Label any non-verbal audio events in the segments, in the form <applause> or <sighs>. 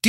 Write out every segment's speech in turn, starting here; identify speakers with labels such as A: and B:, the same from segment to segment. A: Do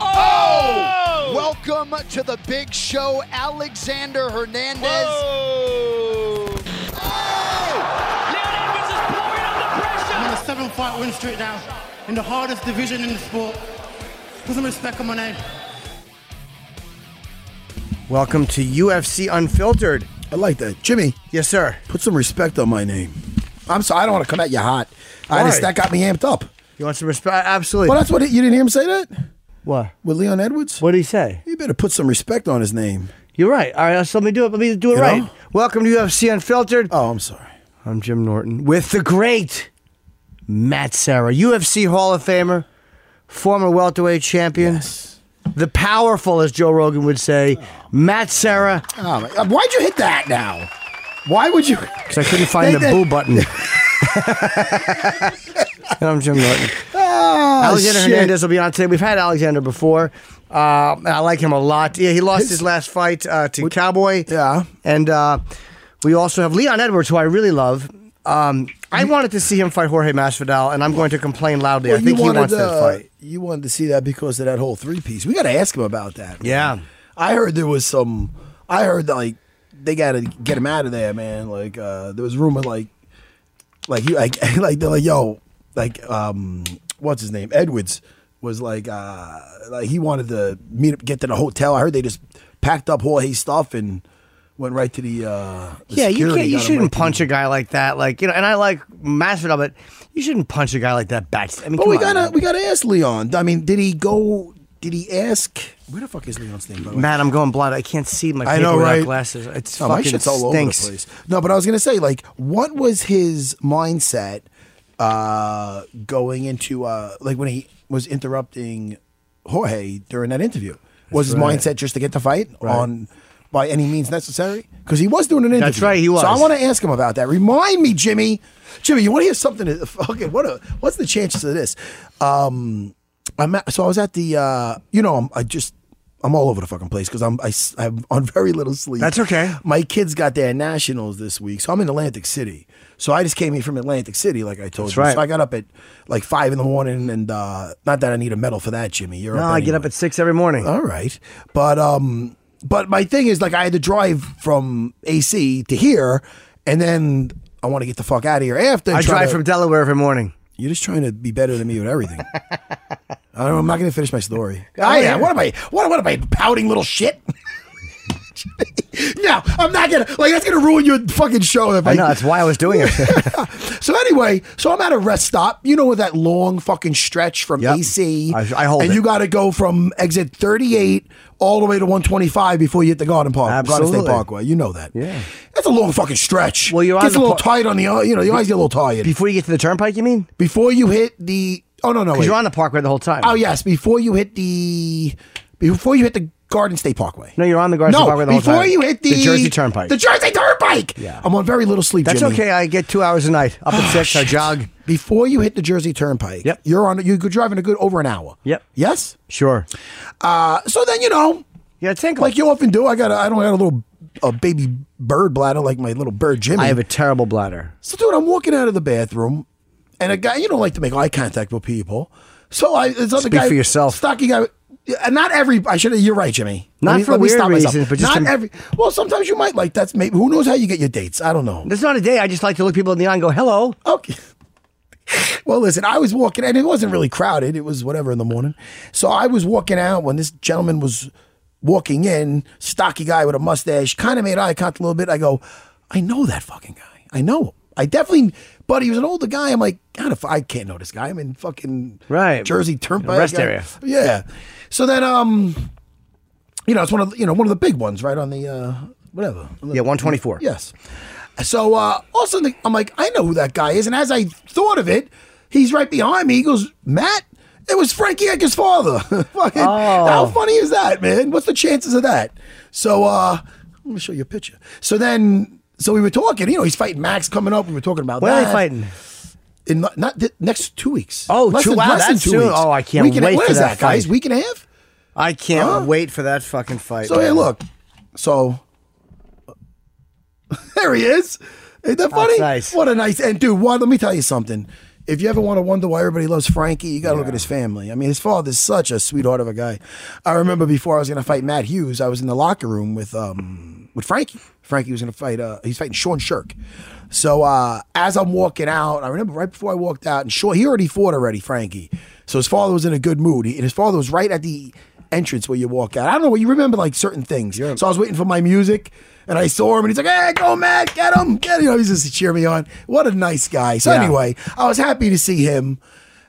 B: Oh!
C: Welcome to the big show, Alexander Hernandez.
B: Whoa! Leon Edwards is pouring on the
D: I'm on
B: pressure.
D: a seven fight win streak now in the hardest division in the sport. Put some respect on my name.
E: Welcome to UFC Unfiltered.
F: I like that. Jimmy,
E: Yes, sir.
F: put some respect on my name. I'm sorry, I don't want to come at you hot. I
E: Why?
F: just that got me amped up.
E: You want some respect? Absolutely.
F: Well, that's what it, you didn't hear him say that
E: what?
F: with Leon Edwards.
E: What did he say?
F: You better put some respect on his name.
E: You're right. All right, so let me do it. Let me do it
F: You
E: right.
F: know?
E: Welcome to UFC Unfiltered.
F: Oh, I'm sorry.
E: I'm Jim Norton with the great Matt Serra, UFC Hall of Famer, former welterweight champion, the powerful, as Joe Rogan would say, Matt Serra.
F: Oh, my, uh, why'd you hit that now? Why would you?
E: Because I couldn't find the
F: They- they-
E: boo
F: <laughs>
E: button. and I'm Jim Norton. Alexander
F: shit.
E: Hernandez will be on today. We've had Alexander before. Uh, I like him a lot. Yeah, he lost his,
F: His-
E: last fight uh, to Cowboy.
F: Yeah.
E: And uh, we also have Leon Edwards, who I really love. Um, I wanted to see him fight Jorge Masvidal, and I'm going to complain loudly.
F: Well,
E: I think
F: you wanted,
E: he wants that
F: uh,
E: fight.
F: You wanted to see that because of that whole three piece. We got to ask him about that. man.
E: Yeah.
F: I heard there was some. I heard like they got to get him out of there, man. Like uh, there was rumor like, like you like <laughs> like they're like yo like um what's his name Edwards was like uh like he wanted to meet up get to the hotel. I heard they just packed up Jorge's stuff and went right to the uh the
E: Yeah, you
F: security,
E: can't. You
F: got him
E: shouldn't
F: right to-
E: punch a guy like that. Like you know, and I like Masvidal, but you shouldn't punch a guy like that. Back. I mean,
F: But
E: come
F: we
E: on, man.
F: gotta we gotta ask Leon. I mean, did he go? Did he ask? Where the fuck is Leon's name? By the way?
E: Matt, I'm going blind. I Oh, can't see my paper
F: I know,
E: without
F: right?
E: glasses. It's
F: No, Oh, my
E: fucking
F: shit's
E: stinks.
F: all over the place. No, but I was gonna say, like, what was his mindset uh, going into uh, like when he was interrupting Jorge during that interview? Was his
E: right.
F: mindset just to get the fight on by any means necessary? Because he was doing an interview.
E: That's right, he was.
F: So I want to ask him about that. Remind me, Jimmy. Jimmy, you want to hear something? that- Fucking what? A, what's the chances of this? Um, I'm at, so I was at the uh, you know I'm, I just I'm all over the fucking place because I'm I, s- I'm on very little sleep.
E: That's okay.
F: My kids got their nationals this week, so I'm in Atlantic City. So I just came here from Atlantic City, like I told you.
E: right.
F: So I got up at like five in the morning, and uh, not that I need a medal for that, Jimmy. You're
E: No,
F: up
E: I get
F: anyway.
E: up at six every morning.
F: All right, but um, but my thing is like I had to drive from AC to here, and then I want to get the fuck out of here after. and
E: I
F: try
E: drive
F: to-
E: from Delaware every morning.
F: You're just trying to be better than me with everything. I don't, I'm not going to finish
E: <laughs>
F: my story.
E: Oh,
F: I am. What am I? What, what am I? Pouting little shit. <laughs> no, I'm not gonna. Like that's gonna ruin your fucking show. If I,
E: I know that's why I was doing
F: <laughs>
E: it. <laughs>
F: so anyway, so I'm at a rest stop. You know, with that long fucking stretch from
E: Yep.
F: AC,
E: I- I hold
F: and
E: it.
F: you got to go from exit 38 all the way to 125 before you hit the Garden Park, Garden
E: Absolutely.
F: State Parkway. You know that.
E: Yeah.
F: that's a long fucking stretch.
E: Well, you're on
F: gets
E: the
F: a little
E: par-
F: tight on the. eye- You know, your eyes get a little tired
E: Before you get to the turnpike, you mean?
F: before you hit the. Oh no, no,
E: Because
F: wait.
E: you're on the parkway the whole time.
F: Oh yes, before you hit the before you hit the Garden State Parkway.
E: No, you're on the Garden
F: no,
E: State Parkway the whole
F: before
E: time.
F: you hit the,
E: The Jersey Turnpike.
F: The Jersey Turnpike. Yeah, I'm on very little sleep.
E: That's
F: Jimmy. Oh,
E: okay. I get two hours a night. Up at six, I jog.
F: Before you hit the Jersey Turnpike,
E: Yep.
F: you're on. You're driving a good over an hour.
E: Yep.
F: Yes.
E: Sure.
F: Uh, so then you know,
E: Yeah, tinkle.
F: like you often do. I got. A, I don't got a little a baby bird bladder like my little bird Jimmy.
E: I have a terrible bladder.
F: So, dude, I'm walking out of the bathroom, and a guy, you don't like to make eye contact with people. So, I, this other
E: Speak
F: guy,
E: for yourself.
F: stocky guy, Yeah, not every. I should. have You're right, Jimmy. Let
E: Not
F: me-
E: for
F: let me
E: weird
F: stop myself.
E: reasons, but just
F: not
E: to-
F: every. Well, sometimes you might like. That's maybe. Who knows how you get your dates? I don't know.
E: It's not a day. I just like to look people in the eye and go, hello.
F: Okay. Well, listen, I was walking, and it wasn't really crowded. It was whatever in the morning. So I was walking out when this gentleman was walking in, stocky guy with a mustache, kind of made eye contact a little bit. I go, I know that fucking guy. I know him. I definitely, but he was an older guy. I'm like, God, if I can't know this guy, I'm in fucking
E: Right.
F: Jersey Turnpike
E: Rest
F: guy.
E: area.
F: Yeah. So then, um, you know, it's one of the, you know one of the big ones, right on the uh, whatever.
E: Yeah, 124.
F: Yes. So uh, all of a sudden, I'm like, I know who that guy is. And as I thought of it, he's right behind me. He goes, Matt, it was Frankie Ecker's father. <laughs> Fucking,
E: Oh.
F: How funny is that, man? What's the chances of that? So uh, let me show you a picture. So then, so we were talking, you know, he's fighting Max coming up. We were talking about
E: When
F: that.
E: are they fighting?
F: In not, not th- next two weeks.
E: Oh,
F: less
E: two-
F: than,
E: wow,
F: less than
E: that's
F: two
E: soon.
F: weeks.
E: Oh, I can't
F: Week and a-
E: wait
F: what
E: for
F: is
E: that
F: guys?
E: fight.
F: Week and a half?
E: I can't
F: Huh?
E: wait for that fucking fight.
F: So hey,
E: man.
F: look. So <laughs> there he is. Isn't that funny?
E: nice.
F: What a nice and dude. Why? Let me tell you something. If you ever want to wonder why everybody loves Frankie, you got to look at his family. I mean, his father's such a sweetheart of a guy. I remember before I was going to fight Matt Hughes, I was in the locker room with um with Frankie. Frankie was going to fight. Uh, he's fighting Sean Shirk. So uh, as I'm walking out, I remember right before I walked out, and Sean he already fought already Frankie. So his father was in a good mood, He- and his father was right at the entrance where you walk out. I don't know what you remember like certain things. so I was waiting for my music and I saw him and he's like, Hey, go Matt, get him, get him. You know, he's just to cheer me on. What a nice guy. So
E: Yeah.
F: anyway, I was happy to see him.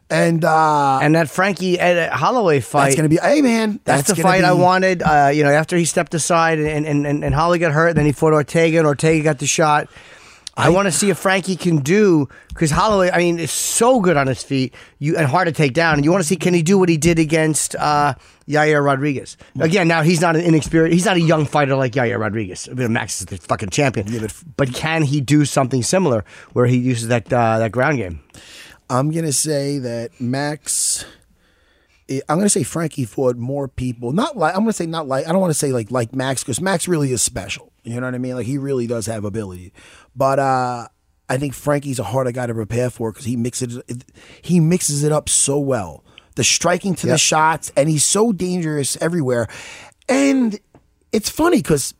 F: And uh
E: And that Frankie Ed Holloway fight.
F: that's gonna be hey man.
E: That's, the
F: gonna
E: fight I
F: be-
E: wanted. Uh, you know, after he stepped aside and, and, and, and Holly got hurt, then he fought Ortega and Ortega got the shot. I, want to see if Frankie can do because Holloway, I mean, is so good on his feet you and hard to take down. And you want to see can he do what he did against uh, Yair Rodriguez again? Now he's not an inexperienced, he's not a young fighter like Yair Rodriguez. I mean, Max is the fucking champion, but, can he do something similar where he uses that uh, that ground game?
F: I'm gonna say that Max I- I'm gonna say Frankie fought more people. Not like I'm gonna say not like I don't want to say like like Max because Max really is special. You know what I mean? Like he really does have ability, but uh I think Frankie's a harder guy to prepare for because he mixes it, he mixes it up so well. The striking to the shots, and he's so dangerous everywhere. And it's funny because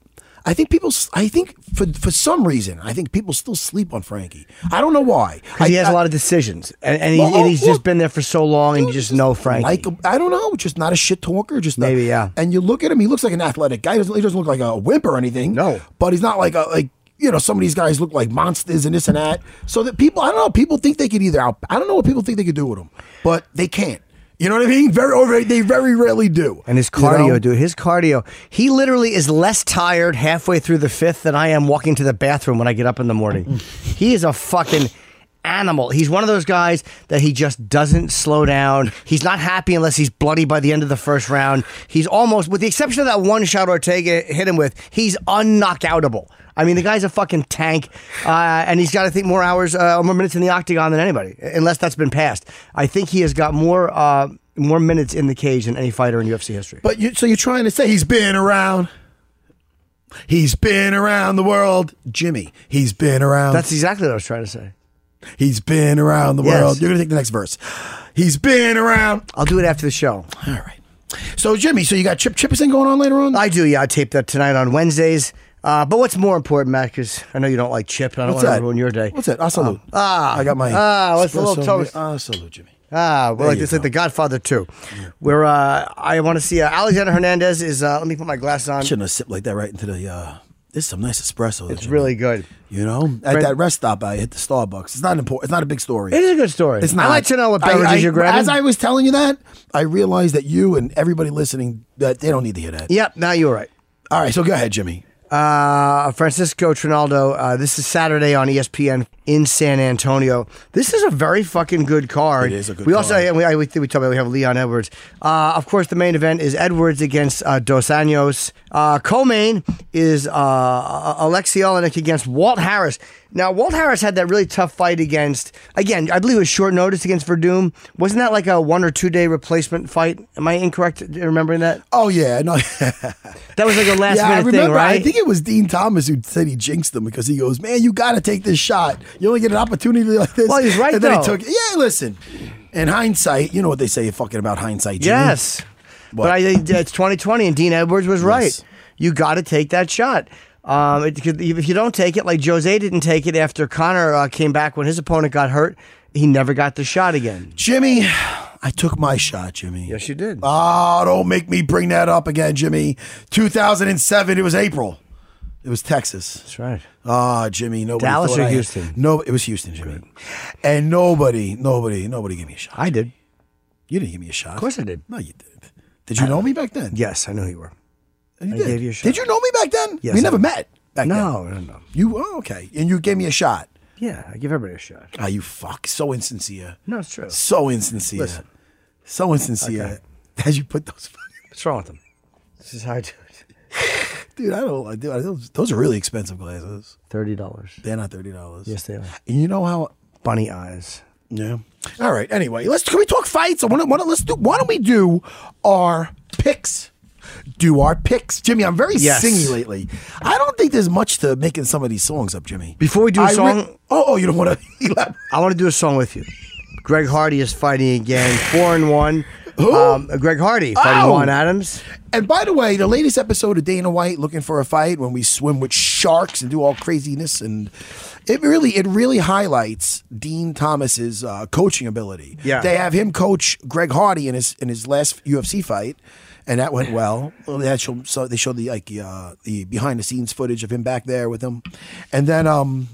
F: I think people. s- I think for for some reason, I think people still sleep on Frankie. I don't know why.
E: Because he
F: I-
E: has a
F: I-
E: lot of decisions, and, and, he,
F: Well,
E: and he's
F: well,
E: just been there for so long, and you
F: dude,
E: just know Frankie.
F: Like him. I don't know, just not a shit talker. Just not-
E: Maybe, yeah.
F: And you look at him; he looks like an athletic guy. He doesn't, he doesn't look like a wimp or anything.
E: No.
F: but he's not like a like you know some of these guys look like monsters and this and that. So that people, I don't know, people think they could either out. I don't know what people think they could do with him, but they can't. You know what I mean? Very, or they- they very rarely do.
E: And his
F: You know?
E: cardio, dude, his cardio. He literally is less tired halfway through the fifth than I am walking to the bathroom when I get up in the morning. he is a fucking animal. He's one of those guys that he just doesn't slow down. He's not happy unless he's bloody by the end of the first round. He's almost, with the exception of that one shot Ortega hit him with, he's unknockoutable. I mean, the guy's a fucking tank, uh, and he's got I think more hours, uh, more minutes in the octagon than anybody, unless that's been passed. I think he has got more. Uh, more minutes in the cage than any fighter in UFC history.
F: But you, so you're trying to say he's been around. He's been around the world, Jimmy. He's been around.
E: That's exactly what I was trying to say.
F: he's been around the
E: Yes.
F: world. You're gonna take the next verse. He's been around.
E: I'll do it after the show.
F: All right. So Jimmy, so you got Chip Chippison going on later on?
E: I do, yeah. I tape that tonight on Wednesdays. Uh, but what's more important, Matt? Because I know you don't like chip. and I don't want to ruin your day.
F: What's that? I salute. Ah, I got my
E: ah, what's the little
F: espresso.
E: toast?
F: Ah, salute, Jimmy.
E: Ah, well, like
F: you
E: it's like The Godfather too. Where uh, I want to see uh, Alexander Hernandez is. Uh, let me put my glasses on.
F: Shouldn't have sipped like that right into the. uh This is some nice espresso.
E: It's really good.
F: you know, at that rest stop I hit the Starbucks. It's not important. It's not a big story.
E: It is a good story.
F: It's not.
E: I like to know what
F: I-
E: beverages
F: I-
E: you're grabbing.
F: As I was telling you that, I realized that you and everybody listening that they don't need to hear that.
E: yep. Now you're right.
F: All right, so go ahead, Jimmy.
E: uh, Francisco Trinaldo. Uh, this is Saturday on ESPN in San Antonio. This is a very fucking good card.
F: It is a good
E: We also,
F: card.
E: and we, I, we, think we talked about we have Leon Edwards. Uh, of course, the main event is Edwards against uh, Dos Anjos. Uh, co-main is uh, Alexi Olenek against Walt Harris. Now, Walt Harris had that really tough fight against, again, I believe it was short notice against Verdum. Wasn't that like a one or two day replacement fight? Am I incorrect in remembering that?
F: Oh yeah, no. <laughs>
E: That was like a last
F: yeah, I
E: minute
F: remember.
E: thing, right?
F: I think it was Dean Thomas who said he jinxed him because he goes, "Man, you got to take this shot. You only get an opportunity <laughs> like this."
E: Well, he's right,
F: And then he
E: though.
F: took. Yeah, listen. In hindsight, you know what they say fucking about hindsight. Jimmy?
E: Yes. But I think it's 2020, and Dean Edwards was right. You got to take that shot. Um, it, could- if you don't take it, like Jose didn't take it after Connor uh, came back when his opponent got hurt, he never got the shot again.
F: Jimmy, I took my shot, Jimmy.
E: Yes, you did.
F: Oh, don't make me bring that up again, Jimmy. 2007, it was April. It was Texas.
E: That's right.
F: Ah, Jimmy, nobody.
E: Dallas
F: thought
E: or
F: I had-
E: Houston?
F: no, it was Houston, Jimmy. And nobody, nobody, nobody gave me a shot.
E: I did.
F: You didn't give me a shot. Of
E: course I did.
F: No, you did. Did you know me back then?
E: Yes, I know you were.
F: Oh, you
E: I
F: did.
E: gave you a shot.
F: Did you know me back then?
E: Yes,
F: we
E: I
F: never
E: did.
F: met. Back
E: No,
F: then.
E: no, no.
F: You oh, okay? And you gave me a shot.
E: Yeah, I give everybody a shot.
F: Ah, you fuck. So insincere.
E: No, it's true.
F: So insincere.
E: Listen.
F: So <laughs> insincere. As you put those. <laughs>
E: What's wrong with them? This is how I do it.
F: Dude, I don't. I do. I, those, those are really expensive glasses.
E: Thirty dollars.
F: They're not thirty dollars.
E: Yes, they are.
F: And you know how?
E: Bunny eyes.
F: Yeah. All right. Anyway, let's can we talk fights? I want to. Let's do. Why don't we do our picks? Do our picks, Jimmy? I'm very
E: Yes.
F: singy lately. I don't think there's much to making some of these songs up, Jimmy.
E: Before we do a
F: I re-
E: song-
F: oh, oh, <laughs> you don't want to.
E: I want to do a song with you. Greg Hardy is fighting again, four and one.
F: Who?
E: Um, Greg Hardy fighting
F: Oh!
E: Juan Adams.
F: and by the way, the latest episode of Dana White looking for a fight when we swim with sharks and do all craziness, and it really it really highlights Dean Thomas's uh, coaching ability.
E: Yeah.
F: they have him coach Greg Hardy in his in his last UFC fight, and that went well. Well, They had show, so they showed the like uh, the behind the scenes footage of him back there with him, and then um,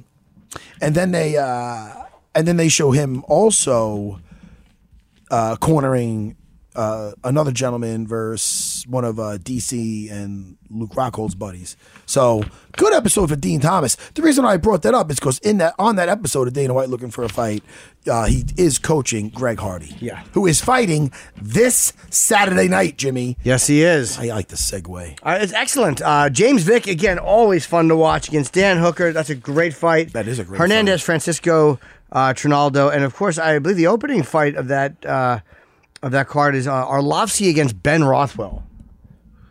F: and then they uh, and then they show him also uh, cornering uh, another gentleman versus one of uh, DC and Luke Rockhold's buddies. So good episode for Dean Thomas. The reason I brought that up is because in that on that episode of Dana White looking for a fight, uh, he is coaching Greg Hardy,
E: Yeah.
F: who is fighting this Saturday night. Jimmy,
E: Yes, he is.
F: I like the segue.
E: Uh, it's excellent. Uh, James Vick again, always fun to watch against Dan Hooker. That's a great fight.
F: That is a great
E: Hernandez, Francisco, uh, Trinaldo, and of course, I believe the opening fight of that uh, of that card is uh, Arlovsky against Ben Rothwell.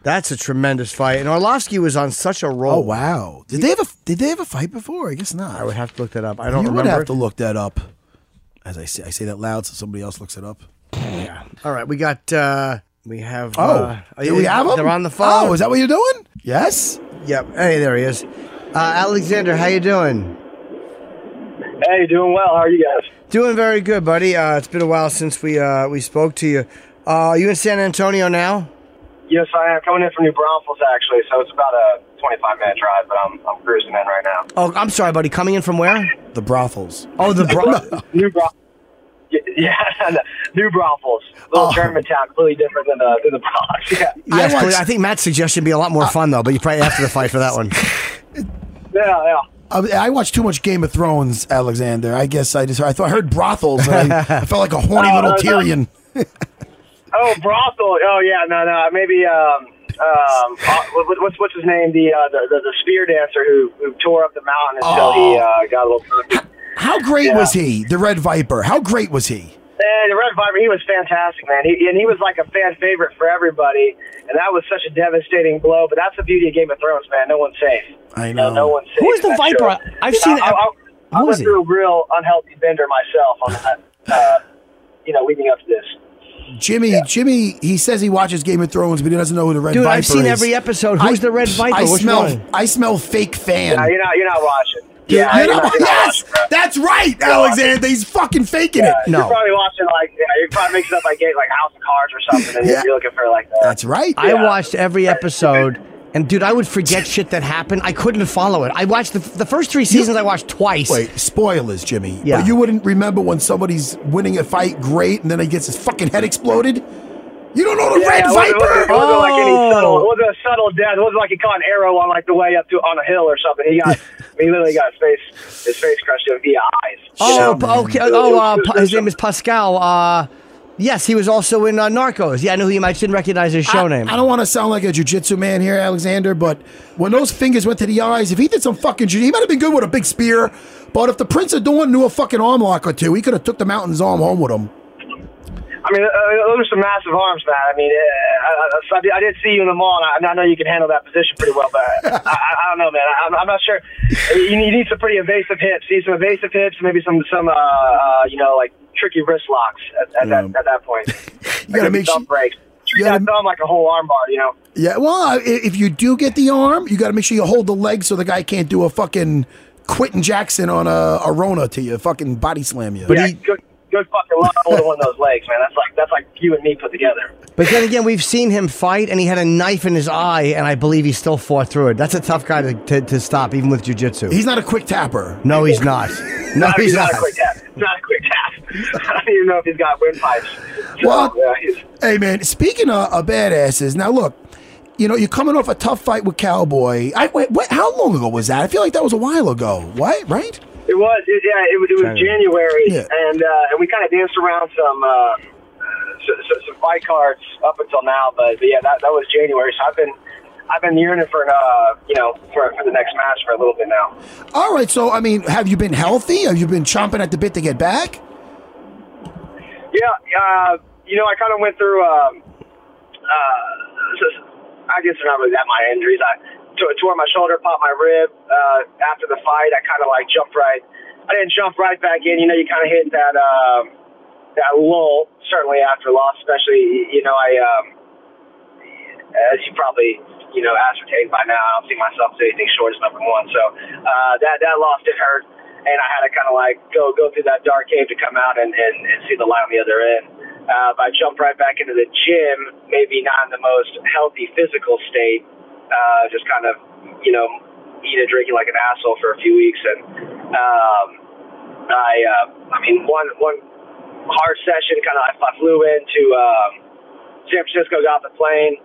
E: That's a tremendous fight, and Arlovsky was on such a roll.
F: Oh wow! Did they have a did they have a fight before? I guess not.
E: I would have to look that up. I don't
F: you
E: remember.
F: would have to look that up. As I say, I say that loud so somebody else looks it up.
E: All right, we got. Uh, we have.
F: Oh,
E: uh,
F: do we have them?
E: They're on the phone.
F: Oh, is that what you're doing? Yes.
E: Yep. Hey, there he is. Uh, Alexander, how you doing?
G: Hey, doing well. How are you guys?
E: Doing very good, buddy. Uh, it's been a while since we uh, we spoke to you. Uh, you in San Antonio now?
G: Yes, I am coming in from New Braunfels actually, so it's about a 25 minute drive, but I'm I'm cruising in right now.
E: Oh, I'm sorry, buddy. Coming in from where?
F: The brothels.
E: Oh, the bro.
G: New Braun. Yeah, <laughs> New Braunfels. Little German town, completely different than the than the Bronx. <laughs> Yeah,
E: yes,
F: I
E: I, Uh,
F: watched-
E: I think Matt's suggestion would be a lot more fun though. But you probably after the fight for that one.
G: yeah, yeah.
F: I, I watched too much Game of Thrones, Alexander. I guess I just I thought I heard brothels.
E: <laughs>
F: And I, I felt like a horny
G: Oh,
F: little
G: no, no.
F: Tyrion.
G: Oh, brothel. Oh, yeah. No, no. Maybe um um uh, what- what's what's his name? The uh the, the, the spear dancer who who tore up the mountain until he uh, got a little. cocky.
F: How great
G: Yeah.
F: was he? The Red Viper. How great was he?
G: Man, the Red Viper, he was fantastic, man. He, and he was like a fan favorite for everybody. And that was such a devastating blow. But that's the beauty of Game of Thrones, man. No one's safe.
F: I
G: You No,
F: know.
G: one's safe.
E: Who is the
G: That's
E: Viper?
G: true.
E: I've seen-
G: I, I, I, I
E: Who
G: went
E: is he?
G: through a real unhealthy bender myself on that, uh, you know, leading up to this.
F: Jimmy, Jimmy, he says he watches Game of Thrones, but he doesn't know who the Red
E: Dude,
F: Viper
E: I've seen
F: is.
E: every episode. Who's the Red Viper?
F: I
E: Which
F: smell,
E: one?
F: I smell fake fan.
G: No, you're not, you're not watching.
F: You're-
G: Yeah,
F: you're not-
G: not- you're not
F: yes,
G: watching, bro.
F: that's right, Alexander. He's fucking faking it.
G: You're probably watching, like, yeah, you're probably mixing up, like, game, like House of Cards or something. And
F: Yeah.
G: you're, you're looking for, like, the,
F: That's right.
E: I watched every episode. And dude, I would forget shit that happened. I couldn't follow it. I watched the, the first three seasons. I watched twice.
F: Wait, spoilers, Jimmy.
E: Yeah.
F: But you wouldn't remember when somebody's winning a fight great and then he gets his fucking head exploded? You don't know the Red
G: it
F: Viper?
G: wasn't- It wasn't, it wasn't like any
E: Oh.
G: subtle. It wasn't a subtle death. It wasn't like he caught an arrow on like the way up to on a hill or something. He
E: <laughs>
G: got, I mean, he literally got his face, his face crushed in via eyes. you
E: Oh,
G: know?
E: p- okay. Oh, uh, p- his name is Pascal. Uh, yes, he was also in uh, Narcos. Yeah, I knew him. I just didn't recognize his show
F: I,
E: name.
F: I don't want to sound like a jujitsu man here, Alexander, but when those fingers went to the eyes, if he did some fucking jiu, he might have been good with a big spear. But if the Prince of Dawn knew a fucking arm lock or two, he could have took the mountain's arm home with him.
G: I mean, uh, those are some massive arms, man. I mean, uh, I, I- so I, did, I did see you in the mall, and I, and I know you can handle that position pretty well,
F: <laughs>
G: but I, I, I don't know, man. I, I'm, I'm not sure. You need, you need some pretty evasive hips. You need some evasive hips, maybe some some uh, uh, you know like tricky wrist locks at, at, that, at that point.
F: Um, <laughs> You gotta make sure-
G: breaks. you
F: gotta-
G: gotta throw him like a whole armbar, you know.
F: Yeah, well, i- if you do get the arm, you got to make sure you hold the leg so the guy can't do a fucking Quentin Jackson on a, a Rona to you, fucking body slam you.
G: yeah, good, good fucking luck holding one of those legs, man. That's like that's like you and me put together.
E: But then again, we've seen him fight, and he had a knife in his eye, and I believe he still fought through it. That's a tough guy to, to, to stop, even with jujitsu.
F: he's not a quick tapper.
E: No, he's
F: <laughs>
E: not. No,
G: I mean,
E: he's
G: it's
E: not.
G: not a quick tap. It's not a quick tap. <laughs> I don't even know if he's got windpipes. So,
F: Well,
G: yeah, he's-
F: hey man, speaking of, of badasses, now look, you know you're coming off a tough fight with Cowboy. I wait, what? How long ago was that? I feel like that was a while ago. What? Right?
G: It was, it, yeah. It was, it was January,
F: Yeah.
G: and uh, and we kind of danced around some uh, so, so, some fight cards up until now, but, but yeah, that, that was January. So I've been I've been yearning for an, uh, you know for, for the next match for a little bit now.
F: All right. So I mean, have you been healthy? Have you been chomping at the bit to get back?
G: Yeah, uh, you know, I kind of went through. Um, uh, s- I guess they're not really that my injuries. I t- tore my shoulder, popped my rib. Uh, after the fight, I kind of like jumped right. I didn't jump right back in. You know, you kind of hit that um, that lull. Certainly after loss, especially you know, I um, as you probably you know ascertained by now, I don't see myself as anything short as number one. So uh, that that loss did hurt, and I had to kind of like go go through that dark cave to come out and, and, and see the light on the other end. Uh, but I jumped right back into the gym, maybe not in the most healthy physical state, uh, just kind of you know eating and drinking like an asshole for a few weeks, and um, I uh, I mean one one hard session kind of I, I flew into um, San Francisco, got the plane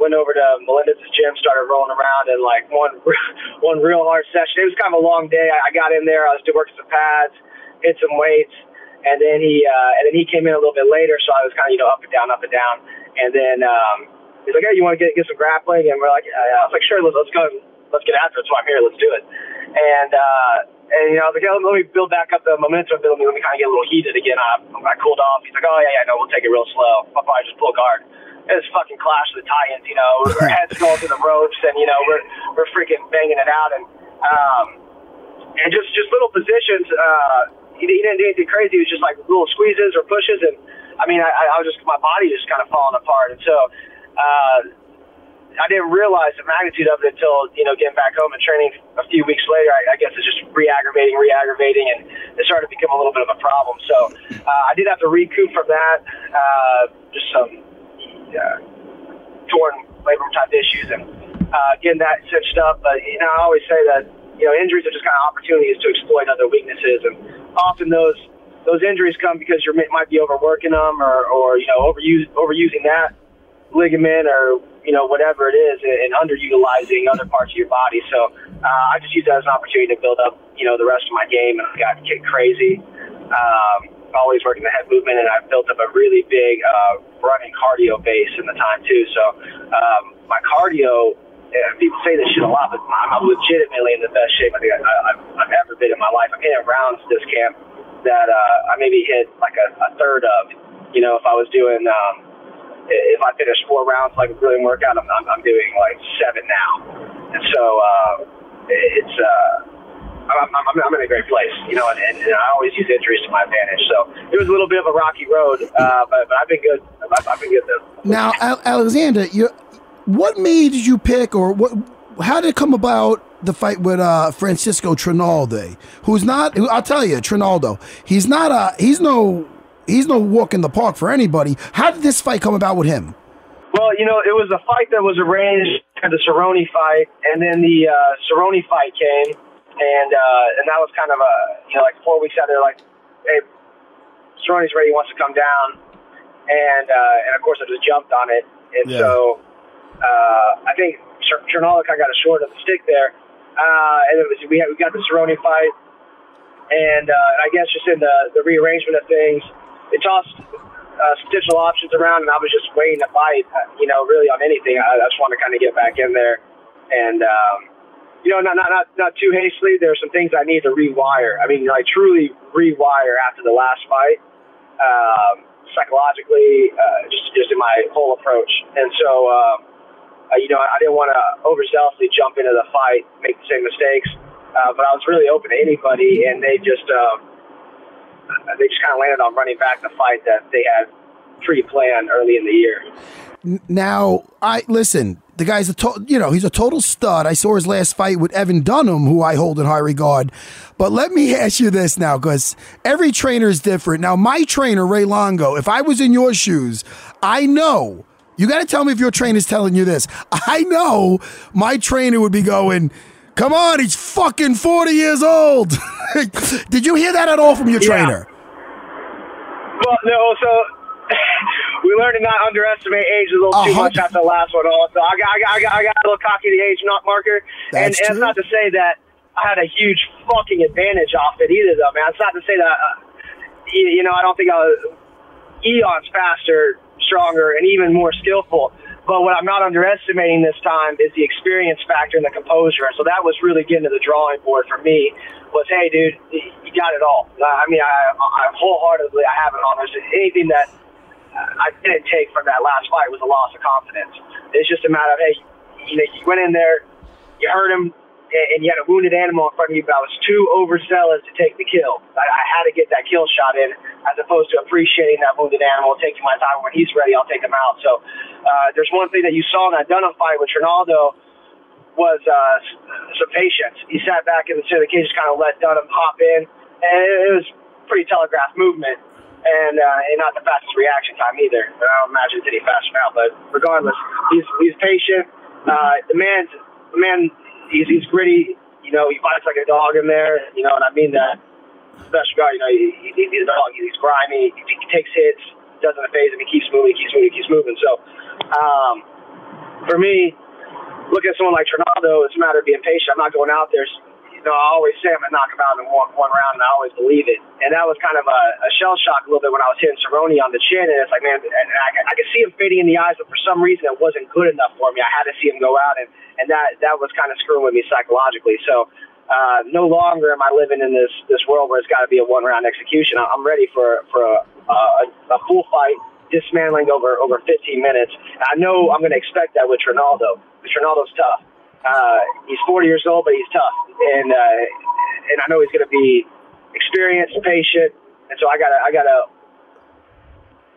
G: went over to Melendez's gym, started rolling around, and like one <laughs> one real hard session. It was kind of a long day. I I got in there, I was working some pads, hit some weights, and then he uh, and then he came in a little bit later, so I was kind of you know up and down, up and down, and then um, he's like, hey, you want to get get some grappling? And we're like, yeah, yeah. I was like, sure, let's let's go, let's get after it. So I'm here, let's do it, and. uh and you know, I was like, yeah, let me build back up the momentum. Let me, let me kind of get a little heated again. I, I cooled off. He's like, oh yeah, yeah, no, we'll take it real slow. I'll probably just pull guard. It was fucking clash of the tie-ins. You know, our heads going through the ropes, and you know, we're we're freaking banging it out, and um, and just just little positions. Uh, he, he didn't do anything crazy. It was just like little squeezes or pushes, and I mean, I, I was just my body just kind of falling apart, and so. Uh, I didn't realize the magnitude of it until you know getting back home and training a few weeks later. I, I guess it's just re-aggravating, re-aggravating, and it started to become a little bit of a problem. So uh, I did have to recoup from that, uh, just some uh, torn labrum type issues and uh, getting that cinched up. But you know, I always say that you know injuries are just kind of opportunities to exploit other weaknesses, and often those those injuries come because you might be overworking them or, or you know overuse, overusing that ligament or you know whatever it is and, and underutilizing other parts of your body. So uh, I just use that as an opportunity to build up you know the rest of my game. And I got kicked crazy. Um, always working the head movement, and I've built up a really big uh, running cardio base in the time too. So um, my cardio. yeah, People say this shit a lot, but I'm I'm legitimately in the best shape I think I, I, I've, I've ever been in my life. I'm hitting rounds this camp that uh, I maybe hit like a, a third of. You know, if I was doing um, if I finish four rounds like a brilliant workout, I'm, I'm, I'm doing like seven now. And so uh, it's uh, I'm, I'm, I'm in a great place, you know, and, and, and I always use injuries to my advantage. So it was a little bit of a rocky road, uh, but, but I've been good. I've, I've been good though.
F: Now, Al- Alexander, you, what made you pick, or what? How did it come about the fight with uh, Francisco Trinaldo, who's not? Who, I'll tell you, Trinaldo. He's not a. He's no. He's no walk in the park for anybody. How did this fight come about with him?
G: Well, you know, it was a fight that was arranged for the Cerrone fight, and then the uh, Cerrone fight came, and uh, and that was kind of a you know like four weeks out. They're like, hey, Cerrone's ready, wants to come down, and uh, and of course I just jumped on it, and
F: Yeah.
G: so uh, I think Cer- Cerrone kind of got a short of the stick there, uh, and it was, we had, we got the Cerrone fight, and uh, and I guess just in the, the rearrangement of things, it tossed uh, some digital options around, and I was just waiting to bite, uh, you know, really on anything. I, I just wanted to kind of get back in there, and um, you know, not not not not too hastily. There are some things I need to rewire. I mean, like truly rewire after the last fight, um, psychologically, uh, just just in my whole approach, and so. Um, uh, you know, I didn't want to overzealously jump into the fight, make the same mistakes. Uh, but I was really open to anybody, uh, and they just um, they just kind of landed on running back the fight that they had pre-plan early in the year.
F: Now, I listen. The guy's a to- you know he's a total stud. I saw his last fight with Evan Dunham, who I hold in high regard. But let me <laughs> ask you this now, because every trainer is different. Now, my trainer Ray Longo, if I was in your shoes, I know you got to tell me if your trainer's telling you this. <laughs> I know my trainer would be going, "Come on, he's fucking forty years old." <laughs> Did you hear that at all from your
G: Yeah.
F: trainer?
G: Well, no, so <laughs> we learned to not underestimate age a little too
F: Uh-huh.
G: much after the last one. Also, I got, I got, I got, I got a little cocky at the age not marker, and,
F: That's
G: and it's
F: true.
G: not to say that I had a huge fucking advantage off it either, though, man. It's not to say that uh, you, you know I don't think I was eons faster, stronger, and even more skillful. But what I'm not underestimating this time is the experience factor and the composure. So that was really getting to the drawing board for me. Was hey, dude, y- you got it all. Uh, I mean, I, I wholeheartedly I have it on. There's anything that uh, I didn't take from that last fight was a loss of confidence. It's just a matter of hey, you know, you went in there, you hurt him, and, and you had a wounded animal in front of you, but I was too overzealous to take the kill. I, I had to get that kill shot in, as opposed to appreciating that wounded animal, taking my time. When he's ready, I'll take him out. So uh, there's one thing that you saw in that Dunham fight with Ronaldo was uh, s- some patience. He sat back in the center of the cage, just kind of let Dunham hop in, and it, it was pretty telegraphed movement, and, uh, and not the fastest reaction time either. And I don't imagine it's any faster now, but regardless, he's he's patient. Uh, the man's the man, he's he's gritty. You know, he fights like a dog in there. You know, and I mean that special guy. You know, he, he, he's a dog. He's grimy. He, he takes hits. Doesn't phase him. He keeps moving. He keeps moving. He keeps moving. So, um, for me, look at someone like Trinaldo, it's a matter of being patient. I'm not going out there. You know, I always say I'm going to knock him out in one, one round, and I always believe it. And that was kind of a, a shell shock a little bit when I was hitting Cerrone on the chin, and it's like, man, and I, could- I could see him fading in the eyes, but for some reason it wasn't good enough for me. I had to see him go out, and, and that, that was kind of screwing with me psychologically. So uh, no longer am I living in this, this world where it's got to be a one-round execution. I- I'm ready for, for a, a, a full fight dismantling over over 15 minutes. And I know I'm going to expect that with Ronaldo. Because Ronaldo's tough. Uh, he's 40 years old, but he's tough, and uh, and I know he's going to be experienced, patient, and so I gotta I gotta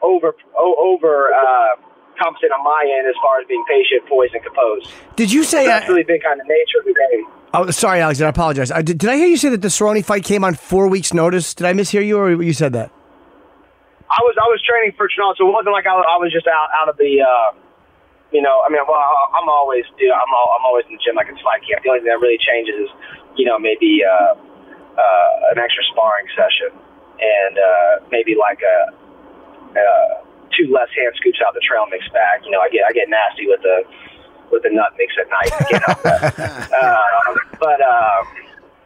G: over o- over uh, compensate on my end as far as being patient, poised, and composed.
E: Did you say? uh,
G: That's really been kind of the nature of the game.
E: oh, sorry, Alex. I apologize. I, did, did I hear you say that the Cerrone fight came on four weeks' notice? Did I mishear you, or you said that?
G: I was I was training for Trinal, so it wasn't like I, was- I was just out out of the. Uh, you know, I mean, well, I- I'm always, dude, I'm all, I'm always in the gym like it's fight camp. The only thing that really changes is, you know, maybe uh, uh, an extra sparring session and uh, maybe like a uh, two less hand scoops out of the trail mix bag. You know, I get I get nasty with the with the nut mix at night. You know, uh, but. Um,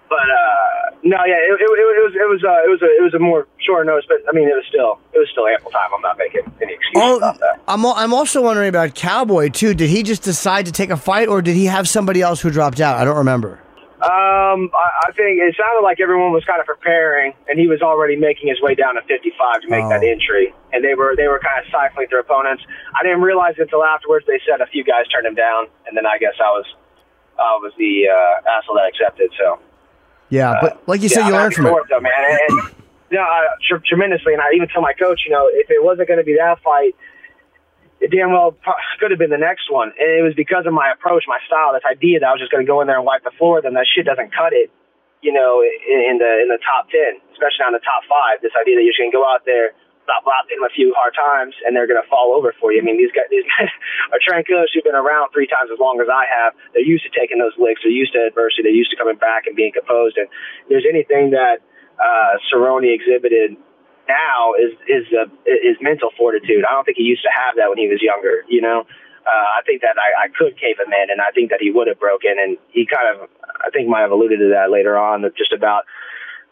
G: but uh, no, yeah, it, it, it was it was uh, it was a it was a more short notice, but I mean it was still it was still ample time. I'm not making any excuses about that.
E: I'm al- I'm also wondering about Cowboy too. Did he just decide to take a fight, or did he have somebody else who dropped out? I don't remember.
G: Um, I, I think it sounded like everyone was kind of preparing, and he was already making his way down to 55 to make
E: Oh.
G: that entry, and they were they were kind of stifling their opponents. I didn't realize it until afterwards. They said a few guys turned him down, and then I guess I was I was the uh, asshole that accepted. So
E: Yeah, but like you said, you
G: I'm
E: learned
G: happy
E: from it.
G: for him, though, man. And, and, you know, I, tr- tremendously, and I even told my coach, you know, if it wasn't going to be that fight, it damn well pro- could have been the next one. And it was because of my approach, my style, this idea that I was just going to go in there and wipe the floor. Then that shit doesn't cut it, you know, in, in the in the top ten, especially on the top five. This idea that you're just going to go out there. Blah blah, hit them a few hard times, and they're gonna fall over for you. I mean, these guys, <laughs> these guys are tranquillists who've been around three times as long as I have. They're used to taking those licks. They're used to adversity. They're used to coming back and being composed. And if there's anything that uh, Cerrone exhibited now is is uh, is mental fortitude. I don't think he used to have that when he was younger. You know, uh, I think that I, I could cave him in, and I think that he would have broken. And he kind of, I think, might have alluded to that later on, of just about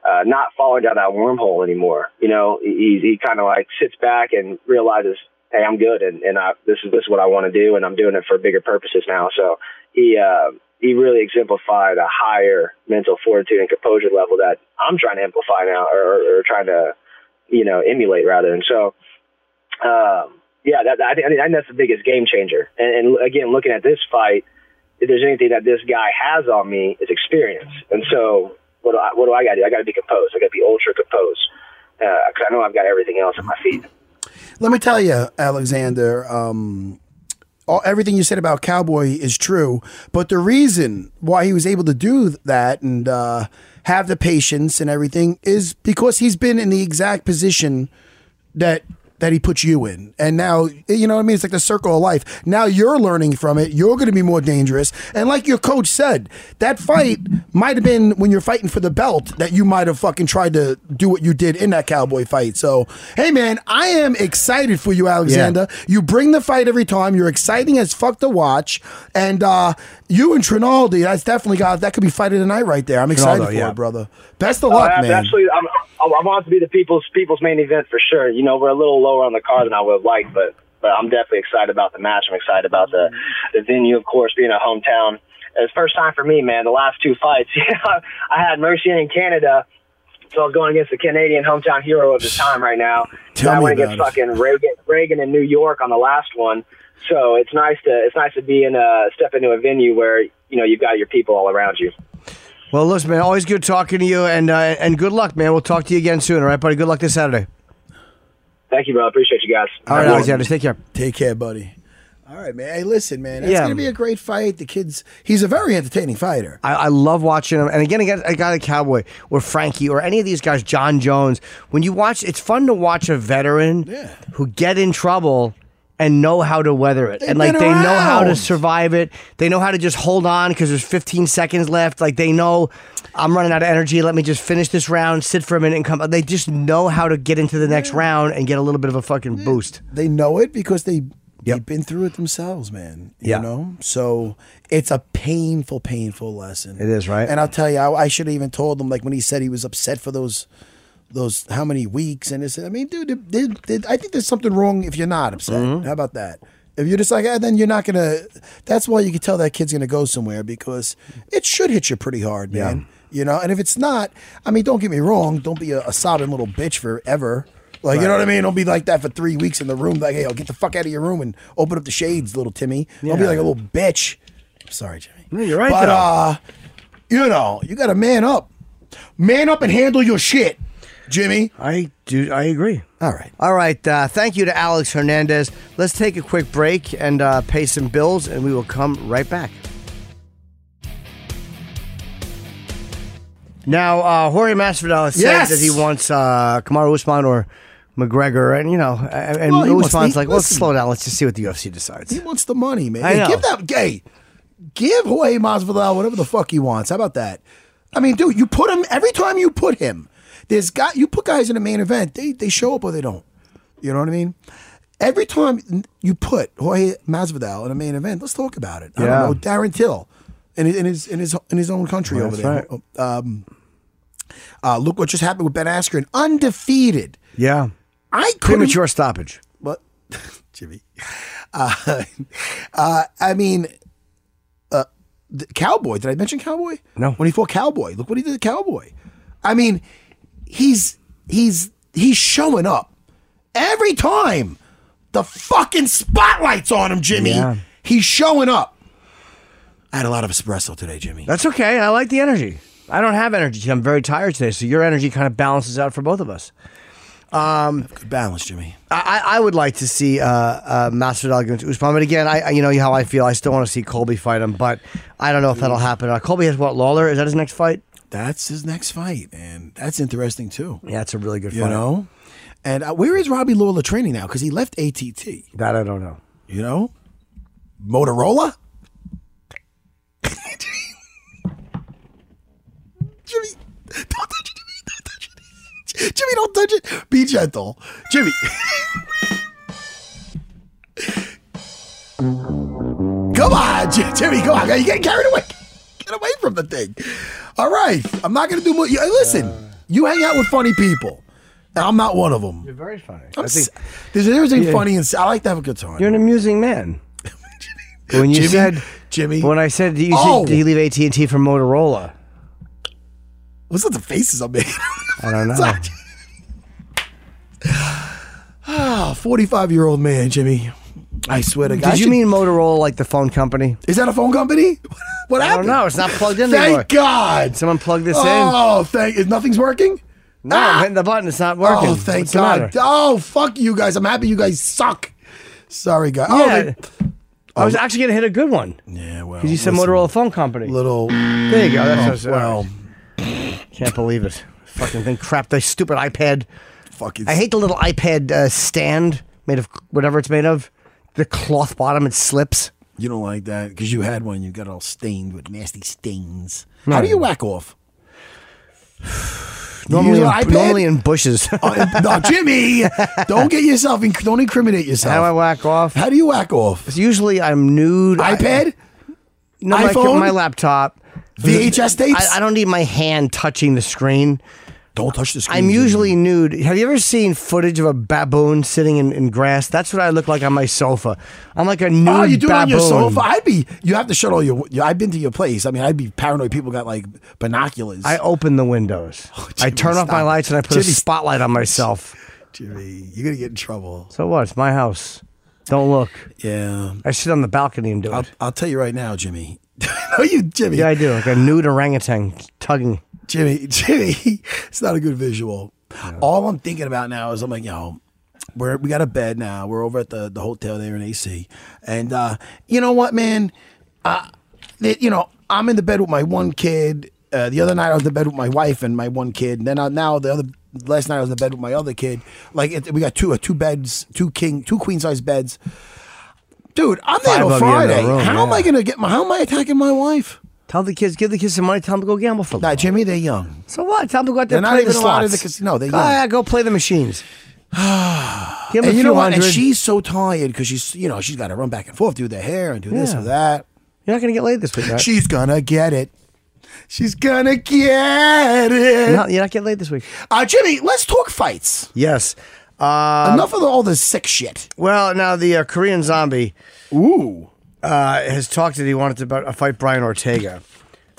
G: uh, not falling down that wormhole anymore. You know, he he kind of like sits back and realizes, hey, I'm good, and and I, this is this is what I want to do, and I'm doing it for bigger purposes now. So he. Uh, he really exemplified a higher mental fortitude and composure level that I'm trying to amplify now, or, or trying to you know emulate rather and so um yeah that, I, think, I think that's the biggest game changer and, and again looking at this fight if there's anything that this guy has on me is experience and so what do I, what do Uh, I got to do I got to be composed I got to be ultra composed because I know I've got everything else at my feet
F: Let me tell you, Alexander. Um, all, everything you said about Cowboy is true, but the reason why he was able to do that and uh, have the patience and everything is because he's been in the exact position that that he puts you in. And now, you know what I mean? It's like the circle of life. Now you're learning from it. You're going to be more dangerous. And like your coach said, that fight might have been when you're fighting for the belt that you might have fucking tried to do what you did in that cowboy fight. So, hey man, I am excited for you, Alexander. You bring the fight every time. You're exciting as fuck to watch. And uh, you and Trinaldi, that's definitely got that could be fight of the night right there. I'm excited
E: Trinaldo,
F: for
E: yeah.
F: it, brother. Best of luck,
G: Uh,
F: man.
G: Actually, I'm, I I want it to be the people's people's main event for sure. You know, we're a little lower on the card than I would have liked, but but I'm definitely excited about the match. I'm excited about the the venue, of course, being a hometown. It's first time for me, man. The last two fights, <laughs> I had Mercier in Canada, so I was going against the Canadian hometown hero of the time right now.
F: Tell
G: and I
F: me
G: went
F: about
G: against
F: it.
G: fucking Reagan, Reagan in New York on the last one. So it's nice to it's nice to be in a step into a venue where you know you've got your people all around you.
E: Well, listen, man, always good talking to you, and uh, and good luck, man. We'll talk to you again soon, all right, buddy? Good luck this Saturday.
G: Thank you, bro. I appreciate you guys.
E: All right, Alexander, take care.
F: Take care, buddy. All right, man. Hey, listen, man. That's
E: Yeah.
F: gonna be a great fight. The kid's he's a very entertaining fighter.
E: I, I love watching him. And again, against a guy like Cowboy or Frankie or any of these guys, John Jones, when you watch, it's fun to watch a veteran
F: Yeah.
E: who get in trouble and know how to weather it.
F: They've
E: and like
F: been
E: they know how to
F: around.
E: survive it. They know how to just hold on because there's 15 seconds left. Like they know I'm running out of energy. Let me just finish this round, sit for a minute and come. They just know how to get into the next round and get a little bit of a fucking boost.
F: They know it because they
E: Yep.
F: they've been through it themselves, man. You
E: Yeah.
F: know? So it's a painful, painful lesson.
E: It is, right?
F: And I'll tell you, I, I should have even told him like when he said he was upset for those those how many weeks and this I mean, dude, they, they, I think there's something wrong if you're not upset.
E: Mm-hmm.
F: How about that? If you're just like, eh, then you're not gonna. That's why you can tell that kid's gonna go somewhere because it should hit you pretty hard, man. You know, and if it's not, I mean, don't get me wrong. Don't be a, a sobbing little bitch forever. Like you know what I mean? Don't be like that for three weeks in the room. Like, hey, I'll get the fuck out of your room and open up the shades, little Timmy. Don't be
E: Yeah.
F: like a little bitch. I'm sorry, Jimmy.
E: No, you're right,
F: But
E: though.
F: uh, you know, you gotta man up, man up and handle your shit, Jimmy.
E: I do. I agree.
F: All right.
E: All right. Uh, thank you to Alex Hernandez. Let's take a quick break and uh, pay some bills, and we will come right back. Now, uh, Jorge Masvidal has said
F: Yes!
E: that he wants uh, Kamaru Usman or McGregor, and you know, and, and
F: Well, he wants-
E: Usman's
F: he-
E: like, "Well,
F: listen.
E: slow down. Let's just see what the UFC decides."
F: He wants the money, man.
E: I
F: Hey,
E: know.
F: Give that gay. Give Jorge Masvidal whatever the fuck he wants. How about that? I mean, dude, you put him every time you put him. There's guy you put guys in the main event. They they show up or they don't. You know what I mean? Every time you put Jorge Masvidal in a main event, let's talk about it. I
E: Yeah.
F: don't know Darren Till in, his- in his in his in his own country over
E: That's
F: there. Um, uh, look what just happened with Ben Askren, undefeated.
E: yeah,
F: I couldn't
E: premature stoppage.
F: but <laughs> Jimmy, uh, <laughs> uh, I mean, uh, the Cowboy. Did I mention Cowboy?
E: No.
F: When he fought Cowboy, look what he did to Cowboy. I mean, he's he's he's showing up every time. The fucking spotlight's on him, Jimmy.
E: Yeah.
F: He's showing up. I had a lot of espresso today, Jimmy.
E: That's okay. I like the energy. I don't have energy. I'm very tired today, so your energy kind of balances out for both of us.
F: Good balance, Jimmy.
E: I, I would like to see uh, uh, Masvidal against Usman, but again, I I- you know how I feel. I still want to see Colby fight him, but I don't know if that'll happen. Uh, Colby has what Lawler? Is that his next fight?
F: That's his next fight, and that's interesting too.
E: Yeah, it's a really good
F: You
E: fight.
F: know, and uh, where is Robbie Lawler training now? Because he left ATT.
E: That I don't know.
F: You know? Motorola? Jimmy, don't touch it, Jimmy. Don't touch it. Jimmy, don't touch it. Be gentle. Jimmy. come on, Ji- Jimmy, come on. You're getting carried away. Get away from the thing. All right. I'm not going to do more. you- Listen, you hang out with funny people. and I'm not one of them. You're very funny. I'm si there's there's anything funny and s- I like to have a good time.
E: You're an amusing
F: <laughs>
E: man. When you
F: Jimmy,
E: said
F: Jimmy.
E: when I said you
F: Oh!
E: said did he leave AT and T for Motorola?
F: What's with the faces I'm making?
E: I
F: <laughs>
E: don't know.
F: Sorry. <sighs> Ah, 45 year old man, Jimmy. I swear to God. I
E: Did you
F: should-
E: mean Motorola like the phone company?
F: Is that a phone company? <laughs> What
E: I don't
F: happened?
E: know. It's not plugged in
F: Thank
E: anymore.
F: God.
E: Someone plugged this in.
F: oh, thank. Is nothing's working?
E: No, I'm hitting the button. It's not working.
F: Oh, thank
E: What's the
F: God.
E: matter?
F: Oh, fuck you guys. I'm happy you guys suck. Sorry, guys.
E: Yeah.
F: Oh, they-
E: I was actually going to hit a good one.
F: yeah, well.
E: You said
F: listen,
E: Motorola Phone Company.
F: Little.
E: There you go. That's oh,
F: Well,
E: Can't believe it. Fucking thing. Crap. The stupid iPad.
F: fucking.
E: I hate the little iPad uh, stand made of whatever it's made of. The cloth bottom. It slips.
F: You don't like that because you had one. You got all stained with nasty stains. How do you whack off?
E: <sighs> Normally,
F: use
E: in,
F: an iPad?
E: normally in bushes.
F: <laughs>
E: <laughs>
F: Oh, and- no, Jimmy, don't get yourself. In, don't incriminate yourself.
E: How I whack off.
F: How do you whack off?
E: Usually I'm nude. <laughs> I-
F: iPad,
E: no, my,
F: iPhone?
E: my laptop.
F: VHS tapes.
E: I, I don't need my hand touching the screen.
F: Don't touch the screen.
E: I'm
F: Jimmy.
E: usually nude. Have you ever seen footage of a baboon sitting in, in grass? That's what I look like on my sofa. I'm like a nude
F: Oh, you do it on your
E: baboon.
F: sofa. I'd be. You have to shut all your. yeah, I've been to your place. I mean, I'd be paranoid. People got like binoculars.
E: I open the windows. I
F: Oh, Jimmy,
E: turn off my
F: stop.
E: lights and I put a
F: Jimmy,
E: spotlight on myself.
F: Jimmy, you're gonna get in trouble.
E: So what? It's my house. Don't look.
F: Yeah,
E: I sit on the balcony and do
F: I'll,
E: it.
F: I'll tell you right now, Jimmy. <laughs> no, you, Jimmy.
E: Yeah, I do. Like a nude orangutan tugging.
F: Jimmy, <laughs> Jimmy, it's not a good visual. All I'm thinking about now is I'm like, yo, we're we got a bed now. We're over at the the hotel there in AC, and uh, you know what, man, uh, that you know I'm in the bed with my one kid. Uh, the other night I was in the bed with my wife and my one kid, and then I, now the other last night I was in the bed with my other kid. Like it, we got two uh, two beds, two king, two queen size beds. Dude, I'm
E: Five
F: there
E: of you
F: on
E: in the
F: Friday.
E: room,
F: how am
E: yeah.
F: I gonna get my? How am I attacking my wife?
E: Tell the kids, give the kids some money. Tell them to go gamble for
F: Nah,
E: them.
F: Jimmy, they're young.
E: So what? Tell them to go out there
F: They're
E: and
F: not
E: play the
F: even allowed in
E: slots.
F: the casino. They're
E: Go,
F: young.
E: yeah, go play the <sighs> machines. Give them
F: And
E: a few
F: you know what? And
E: hundred.
F: she's so tired because she's, you know, she's got to run back and forth, do the hair and do this
E: Yeah.
F: or that.
E: You're not going to get laid this week, right?
F: She's gonna get it. She's gonna get it.
E: No, you're not getting laid this week.
F: Uh, Jimmy, let's talk fights.
E: Yes. Uh,
F: Enough of all this sick shit.
E: Well, now the uh, Korean zombie
F: Ooh.
E: uh, has talked that he wanted to about, uh, fight Brian Ortega.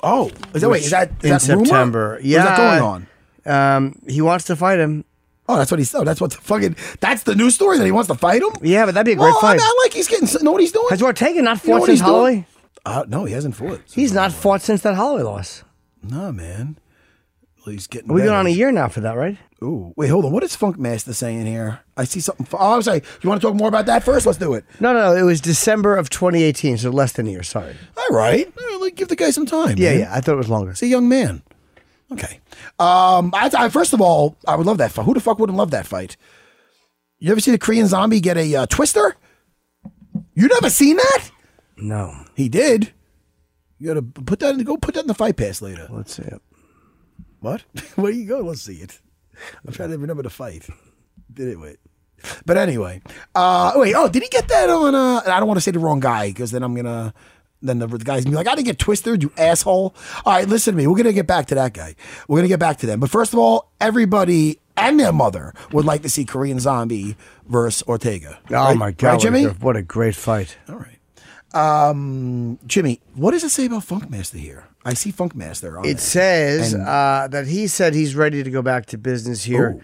F: Oh, is that wait? Is that is
E: in
F: that rumor?
E: September.
F: Or is
E: Yeah.
F: that going on?
E: Um, he wants to fight him.
F: Oh, that's what he said. That's what the fucking. That's the news story that he wants to fight him.
E: Yeah, but that'd be a great
F: well,
E: fight.
F: I mean, I like he's getting. Know what he's doing?
E: Has Ortega not fought
F: You know what
E: since
F: he's doing?
E: Holloway?
F: Uh, no, he hasn't fought.
E: He's not fought since that Holloway loss.
F: No, man. Well, he's getting.
E: Are we going
F: better.
E: on a year now for that, right?
F: Ooh, wait, hold on. What is Funk Master saying here? I see something. fu- Oh, I'm sorry. You want to talk more about that first? Let's do it.
E: No, no, no. It was December of 2018, so less than a year. Sorry.
F: All right. All right, like, give the guy some time.
E: Yeah,
F: man.
E: yeah. I thought it was longer.
F: He's a young man. Okay. Um, I, I first of all, I would love that fight. Who the fuck wouldn't love that fight? You ever see the Korean zombie get a uh, twister? You never seen that?
E: No.
F: He did. You gotta put that in. Go put that in the fight pass later.
E: Let's see it.
F: What? <laughs> Where you go? Let's see it. I'm trying to remember the fight. Did it wait? But anyway, uh, wait. Oh, did he get that on? Uh, I don't want to say the wrong guy because then I'm gonna. Then the guy's gonna be like, "I didn't get twisted, you asshole." All right, listen to me. We're gonna get back to that guy. We're gonna get back to them. But first of all, everybody and their mother would like to see Korean Zombie versus Ortega.
E: Oh,
F: Right?
E: my God.
F: right, Jimmy?
E: What a, what a great fight.
F: All right. Um, Jimmy, what does it say about Funkmaster here? I see Funkmaster. On
E: It
F: there.
E: says
F: And-
E: uh, that he said he's ready to go back to business here.
F: Ooh.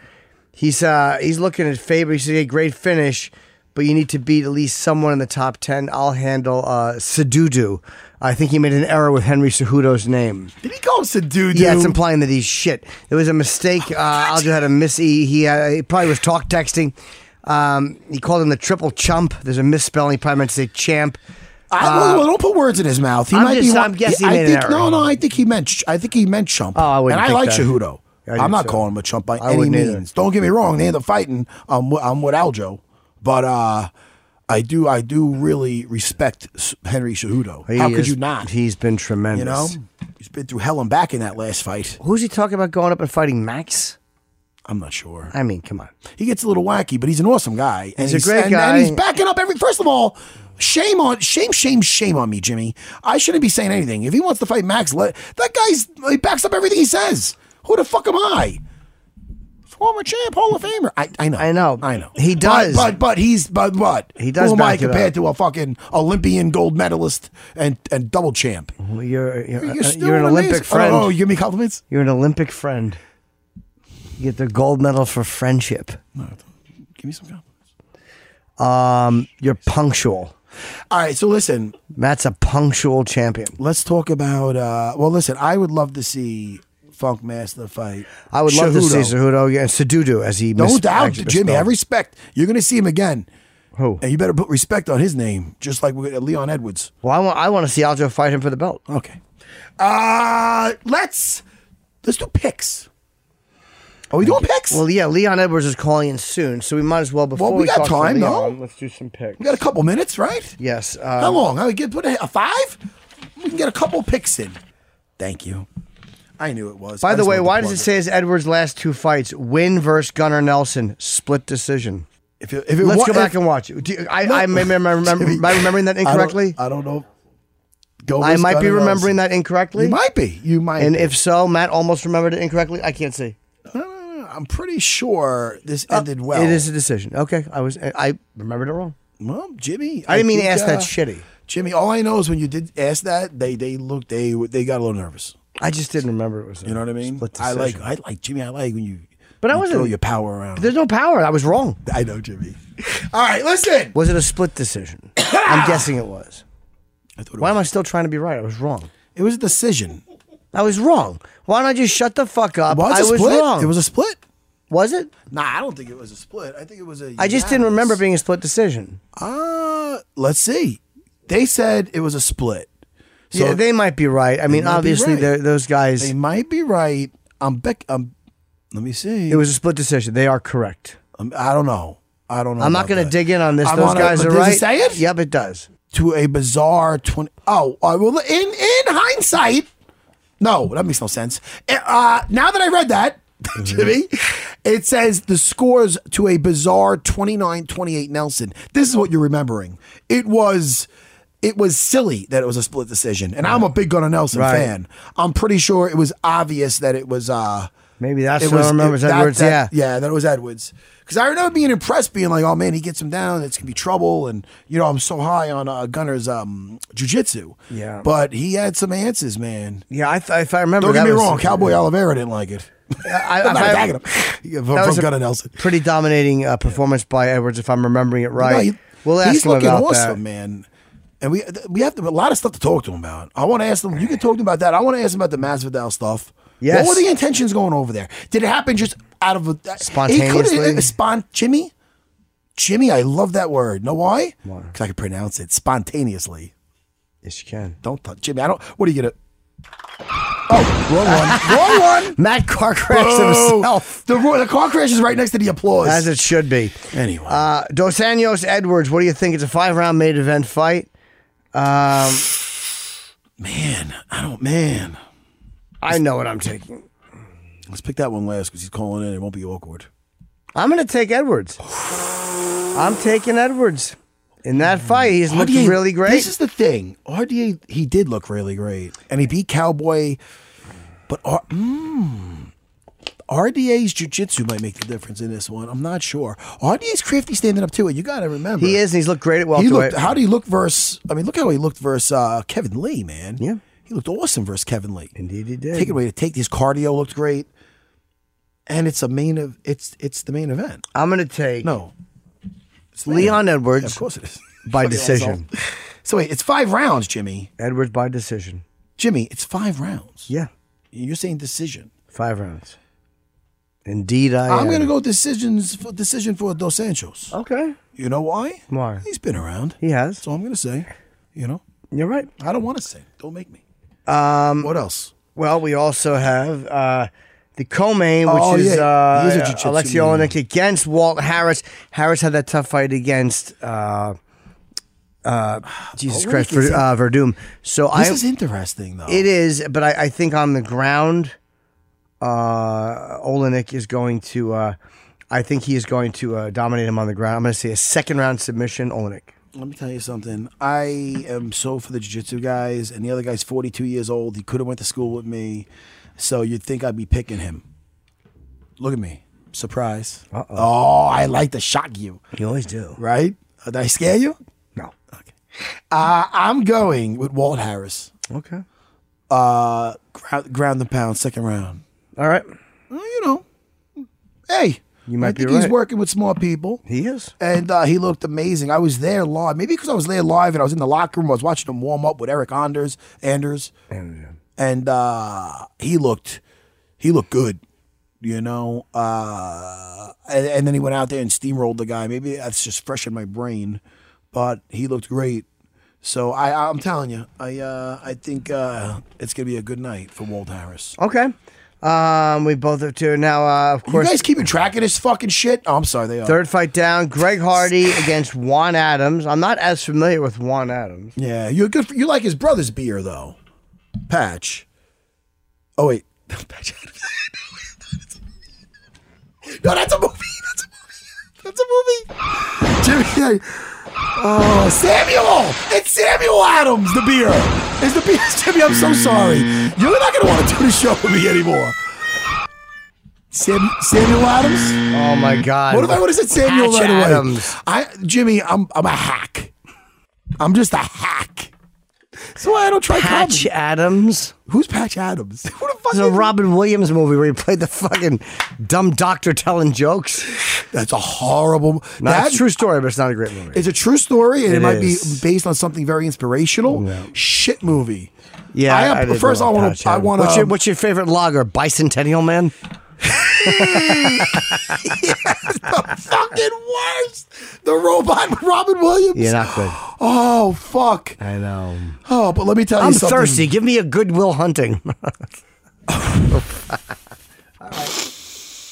E: He's uh, he's looking at Faber. He said, "Hey, great finish, but you need to beat at least someone in the top ten. I'll handle uh, Sadudu. I think he made an error with Henry Cejudo's name.
F: did he call him Sadudu?
E: Yeah, it's implying that he's shit. It was a mistake. Uh, Aljo had a miss. He, he, uh, he probably was talk texting. Um, he called him the triple chump. There's a misspelling. He probably meant to say champ.
F: I, well, well, don't put words in his mouth. He
E: Uh, I'm
F: might
E: just-
F: be.
E: I'm guessing
F: I
E: he made an
F: think
E: error.
F: no, no. I think he meant. ch- I think he meant chump.
E: Oh, I wouldn't
F: And I
E: think
F: like
E: that.
F: Cejudo.
E: I do
F: I'm not
E: too.
F: calling him a chump by
E: I
F: any
E: wouldn't
F: means.
E: either.
F: Don't get me wrong. They end up fighting. I'm with, um, I'm with Aljo, but uh, I do I do really respect S- Henry Cejudo. How
E: He
F: could
E: is-
F: you not?
E: He's been tremendous.
F: you know, he's been through hell and back in that last fight.
E: Who's he talking about going up and fighting Max?
F: I'm not sure.
E: I mean, come on.
F: He gets a little wacky, but he's an awesome guy. And
E: He's a great
F: and,
E: guy.
F: And he's backing up every. First of all, shame on shame, shame, shame on me, Jimmy. I shouldn't be saying anything. If he wants to fight Max, let that guy's he backs up everything he says. Who the fuck am I? Former champ, Hall of Famer. I, I know.
E: I know.
F: I know.
E: He
F: But-
E: does.
F: But but, he's but what?
E: He does
F: Who am I
E: back it up.
F: compared to a fucking Olympian gold medalist and and double champ?
E: Well, You're Uh, you're,
F: You're
E: uh,
F: still
E: you're an Olympic
F: amazing-
E: friend.
F: Oh, you give me compliments.
E: You're an Olympic friend. You get the gold medal for friendship.
F: Give me some compliments.
E: Um, You're punctual.
F: All right. So listen.
E: Matt's a punctual champion.
F: let's talk about uh well listen i would love to see Funk Master fight.
E: I would love to see
F: Cejudo.
E: Cejudo again. Cejudo as he
F: Don't
E: mis-
F: doubt
E: actually
F: Jimmy. I
E: misspelled.
F: respect. You're going to see him again.
E: Who?
F: And you better put respect on his name, just like with Leon Edwards.
E: Well, I want I want to see Aljo fight him for the belt.
F: Okay. Uh let's let's do picks. Are we doing picks?
E: Well, yeah, Leon Edwards is calling in soon, so we might as well before
F: we got
E: talk to
F: time,
E: Leon,
F: no?
E: Let's do some picks.
F: we got a couple minutes, right?
E: Yes. Um,
F: How long? How we get put a, a five? We can get a couple picks in. Thank you. I knew it was.
E: By
F: I
E: the
F: just
E: way,
F: wanted to
E: why does
F: plug
E: it say his Edwards' last two fights win versus Gunnar Nelson split decision?
F: If it, if it
E: Let's
F: wa-
E: go back
F: if-
E: and watch. it. Do you, I,
F: No.
E: I may,
F: <laughs>
E: may- may- remember,
F: Jimmy,
E: am I remembering that
F: I don't-
E: incorrectly?
F: I don't, know. Go.
E: I,
F: with
E: might be
F: Gunnar
E: remembering
F: Nelson.
E: that incorrectly.
F: You might be. You might.
E: And
F: be.
E: if so, Matt almost remembered it incorrectly. I can't see.
F: Uh,
E: Uh,
F: I'm pretty sure this ended well.
E: It is a decision. Okay, I was I remembered it wrong.
F: Well, Jimmy.
E: I didn't mean to
F: think,
E: ask
F: uh,
E: that shitty.
F: Jimmy, all I know is when you did ask that, they they looked they they got a little nervous.
E: I just didn't remember it was. A
F: You know what I mean?
E: Split
F: I
E: decision.
F: like I like Jimmy. I like when you
E: But I
F: you
E: wasn't-
F: throw your power around.
E: There's no power. I was wrong.
F: I know Jimmy. All right, listen.
E: Was it a split
F: <coughs>
E: decision? I'm guessing it was.
F: I thought it,
E: Why am I
F: was,
E: still trying to be right? I was wrong.
F: it was a decision.
E: I was wrong. Why don't I just shut the fuck up?
F: Was
E: I
F: it
E: was
F: split?
E: wrong.
F: It was a split.
E: was it?
F: Nah, I don't think it was a split. I think it was a.
E: I just didn't remember being a split decision.
F: Uh, let's see. They said it was a split. So
E: yeah, they might be right. I mean,
F: might be
E: obviously,
F: right.
E: they're- those guys.
F: they might be right. I'm Beck. I'm. Let me see.
E: it was a split decision. They are correct.
F: I'm, I don't know. I don't know.
E: I'm not
F: about
E: going to
F: that.
E: dig in on this.
F: Oh I'm
E: those
F: on a-
E: guys
F: but
E: are
F: does
E: right.
F: It say it?
E: Yep, it does.
F: to a bizarre 20 oh uh, well in in hindsight no that makes no sense uh, now that i read that <laughs>
E: Mm-hmm.
F: jimmy it says the scores to a bizarre 29-28 nelson this is what you're remembering it was it was silly that it was a split decision and i'm a big gunnar nelson
E: Right.
F: fan i'm pretty sure it was obvious that it was uh
E: Maybe that's what I remember. is
F: that-
E: Edwards,
F: that-
E: yeah.
F: yeah, that was Edwards. Because I remember being impressed, being like, "Oh man, he gets him down. It's gonna be trouble." And you know, I'm so high on uh, Gunner's um, jujitsu.
E: Yeah.
F: but he had some answers, man.
E: Yeah, I th- if I remember,
F: Don't get
E: that
F: me
E: was-
F: wrong, Cowboy Oliveira didn't like it.
E: I,
F: <laughs> I'm
E: if
F: not
E: I- <laughs>
F: attacking him. From,
E: that was
F: from
E: a
F: Gunnar Nelson.
E: Pretty dominating uh, performance by Edwards, if I'm remembering it right.
F: No, he-
E: we'll ask
F: he's
E: him
F: looking
E: about
F: awesome,
E: that.
F: man. And we th- we have to, a lot of stuff to talk to him about. I want to ask him. You can talk to him about that. I want to ask him about the Masvidal stuff.
E: Yes.
F: What were the intentions going over there? Did it happen just out of a uh, that- He
E: Spontaneously?
F: could spon- Jimmy. Jimmy, I love that word. Know why? Because I can pronounce it spontaneously.
E: Yes, you can.
F: Don't touch Jimmy. I don't. What are you gonna?
E: <laughs>
F: Oh, wrong one. wrong one.
E: Matt Carr crashed himself.
F: The ro- the car crash is right next to the applause.
E: As it should be.
F: anyway.
E: Uh, Dos Anjos Edwards, what do you think? It's a five round main event fight.
F: man, I don't. Man,
E: I know what I'm taking.
F: let's pick that one last because he's calling in. It won't be awkward.
E: I'm going to take Edwards. I'm taking Edwards. In that fight, he's looked
F: RDA
E: really great.
F: This is the thing. RDA, he did look really great. And he beat Cowboy, but R- mm, RDA's jiu-jitsu might make the difference in this one. I'm not sure. RDA's crafty standing up to it. You got to remember.
E: he is, and he's looked great at
F: He
E: welterweight.
F: looked, how do he look versus, I mean, look how he looked versus uh, Kevin Lee, man.
E: Yeah.
F: He looked awesome versus Kevin Lee.
E: Indeed he did.
F: Take it away to take. His cardio looked great. And it's a main of it's it's the main event.
E: I'm going to take
F: No. It's the main
E: Leon
F: event.
E: Edwards
F: Yeah, of course it is.
E: by
F: Fucking
E: decision.
F: So wait, it's five rounds, Jimmy.
E: Edwards by decision.
F: Jimmy, it's five rounds.
E: Yeah,
F: You're saying decision.
E: five rounds. Indeed, I
F: I'm
E: am.
F: gonna go decisions for decision for Dos Santos.
E: Okay.
F: You know why?
E: Why?
F: He's been around.
E: He has.
F: So I'm gonna say, you know,
E: You're right.
F: I don't want to say. Don't make me. Um. What else?
E: Well, we also have uh, the co-main, which
F: Oh,
E: is
F: yeah.
E: uh,
F: He's a jiu-jitsu
E: Alexei
F: man.
E: Olenek against Walt Harris. Harris had that tough fight against uh, uh, Jesus
F: Olenek
E: Christ Ver,
F: is in-
E: uh, Verdum. So
F: This
E: I,
F: is interesting, though.
E: it is, but I, I think on the ground, uh, Olenek is going to. Uh, I think he is going to uh, dominate him on the ground. I'm going to say a second round submission, Olenek.
F: Let me tell you something. I am so for the jiu-jitsu guys, and the other guy's 42 years old. He could have went to school with me, so you'd think I'd be picking him. Look at me. Surprise. Uh-oh. Oh, I like to shock you,
E: You always do.
F: right? Uh, Did I scare you?
E: No.
F: Uh, I'm going with Walt Harris.
E: Okay.
F: Uh, ground, ground and pound, second round.
E: All right.
F: Well, you know, hey,
E: You might
F: I
E: be
F: think he's
E: right.
F: working with smart people.
E: He is.
F: and uh, he looked amazing. I was there live, maybe because I was there live and I was in the locker room. I was watching him warm up with Eric Anders, Anders, and uh, he looked he looked good, you know. Uh, and, and then he went out there and steamrolled the guy. Maybe that's just fresh in my brain, but he looked great. So I, I'm telling you, I uh, I think uh, it's gonna be a good night for Walt Harris.
E: Okay. Um, we both have two now. Uh, of
F: You
E: course,
F: guys keeping track of this fucking shit? Oh, I'm sorry, they are.
E: third fight down. Greg
F: <laughs>
E: Hardy against Juan Adams. I'm not as familiar with Juan Adams.
F: Yeah, you're good. For, you like his brother's beer though, Patch. Oh wait, <laughs> Patch Adams. no, that's a movie. <laughs> That's a movie. That's a movie. Jimmy. Oh, Samuel! It's Samuel Adams. The beer. It's the beer, <laughs> Jimmy. I'm so sorry. You're not gonna want to do the show with me anymore. Sam, Samuel Adams.
E: Oh my God!
F: Mm. What if I would have said Samuel
E: Patch
F: right away?
E: Adams.
F: I Jimmy, I'm I'm a hack. I'm just a hack. That's why I don't try
E: Patch
F: comedy.
E: Adams.
F: Who's Patch Adams? <laughs> Who the fuck
E: It's
F: is
E: a Robin Williams movie where he played the fucking dumb doctor telling jokes.
F: That's a horrible.
E: No,
F: that
E: it's a true story, but it's not a great movie.
F: is a true story, and it,
E: It
F: might
E: is.
F: be based on something very inspirational. Shit movie. <laughs>
E: yeah,
F: I, am-
E: did
F: first I
E: love
F: want
E: Patch
F: to. I um,
E: Adams.
F: want
E: What's your,
F: to.
E: what's your favorite lager? Bicentennial Man.
F: Fucking worst. The robot <laughs> with Robin Williams.
E: Yeah, not good.
F: Oh fuck.
E: I know.
F: Oh, but let me tell you
E: I'm
F: something.
E: thirsty. Give me a good Will Hunting. <laughs>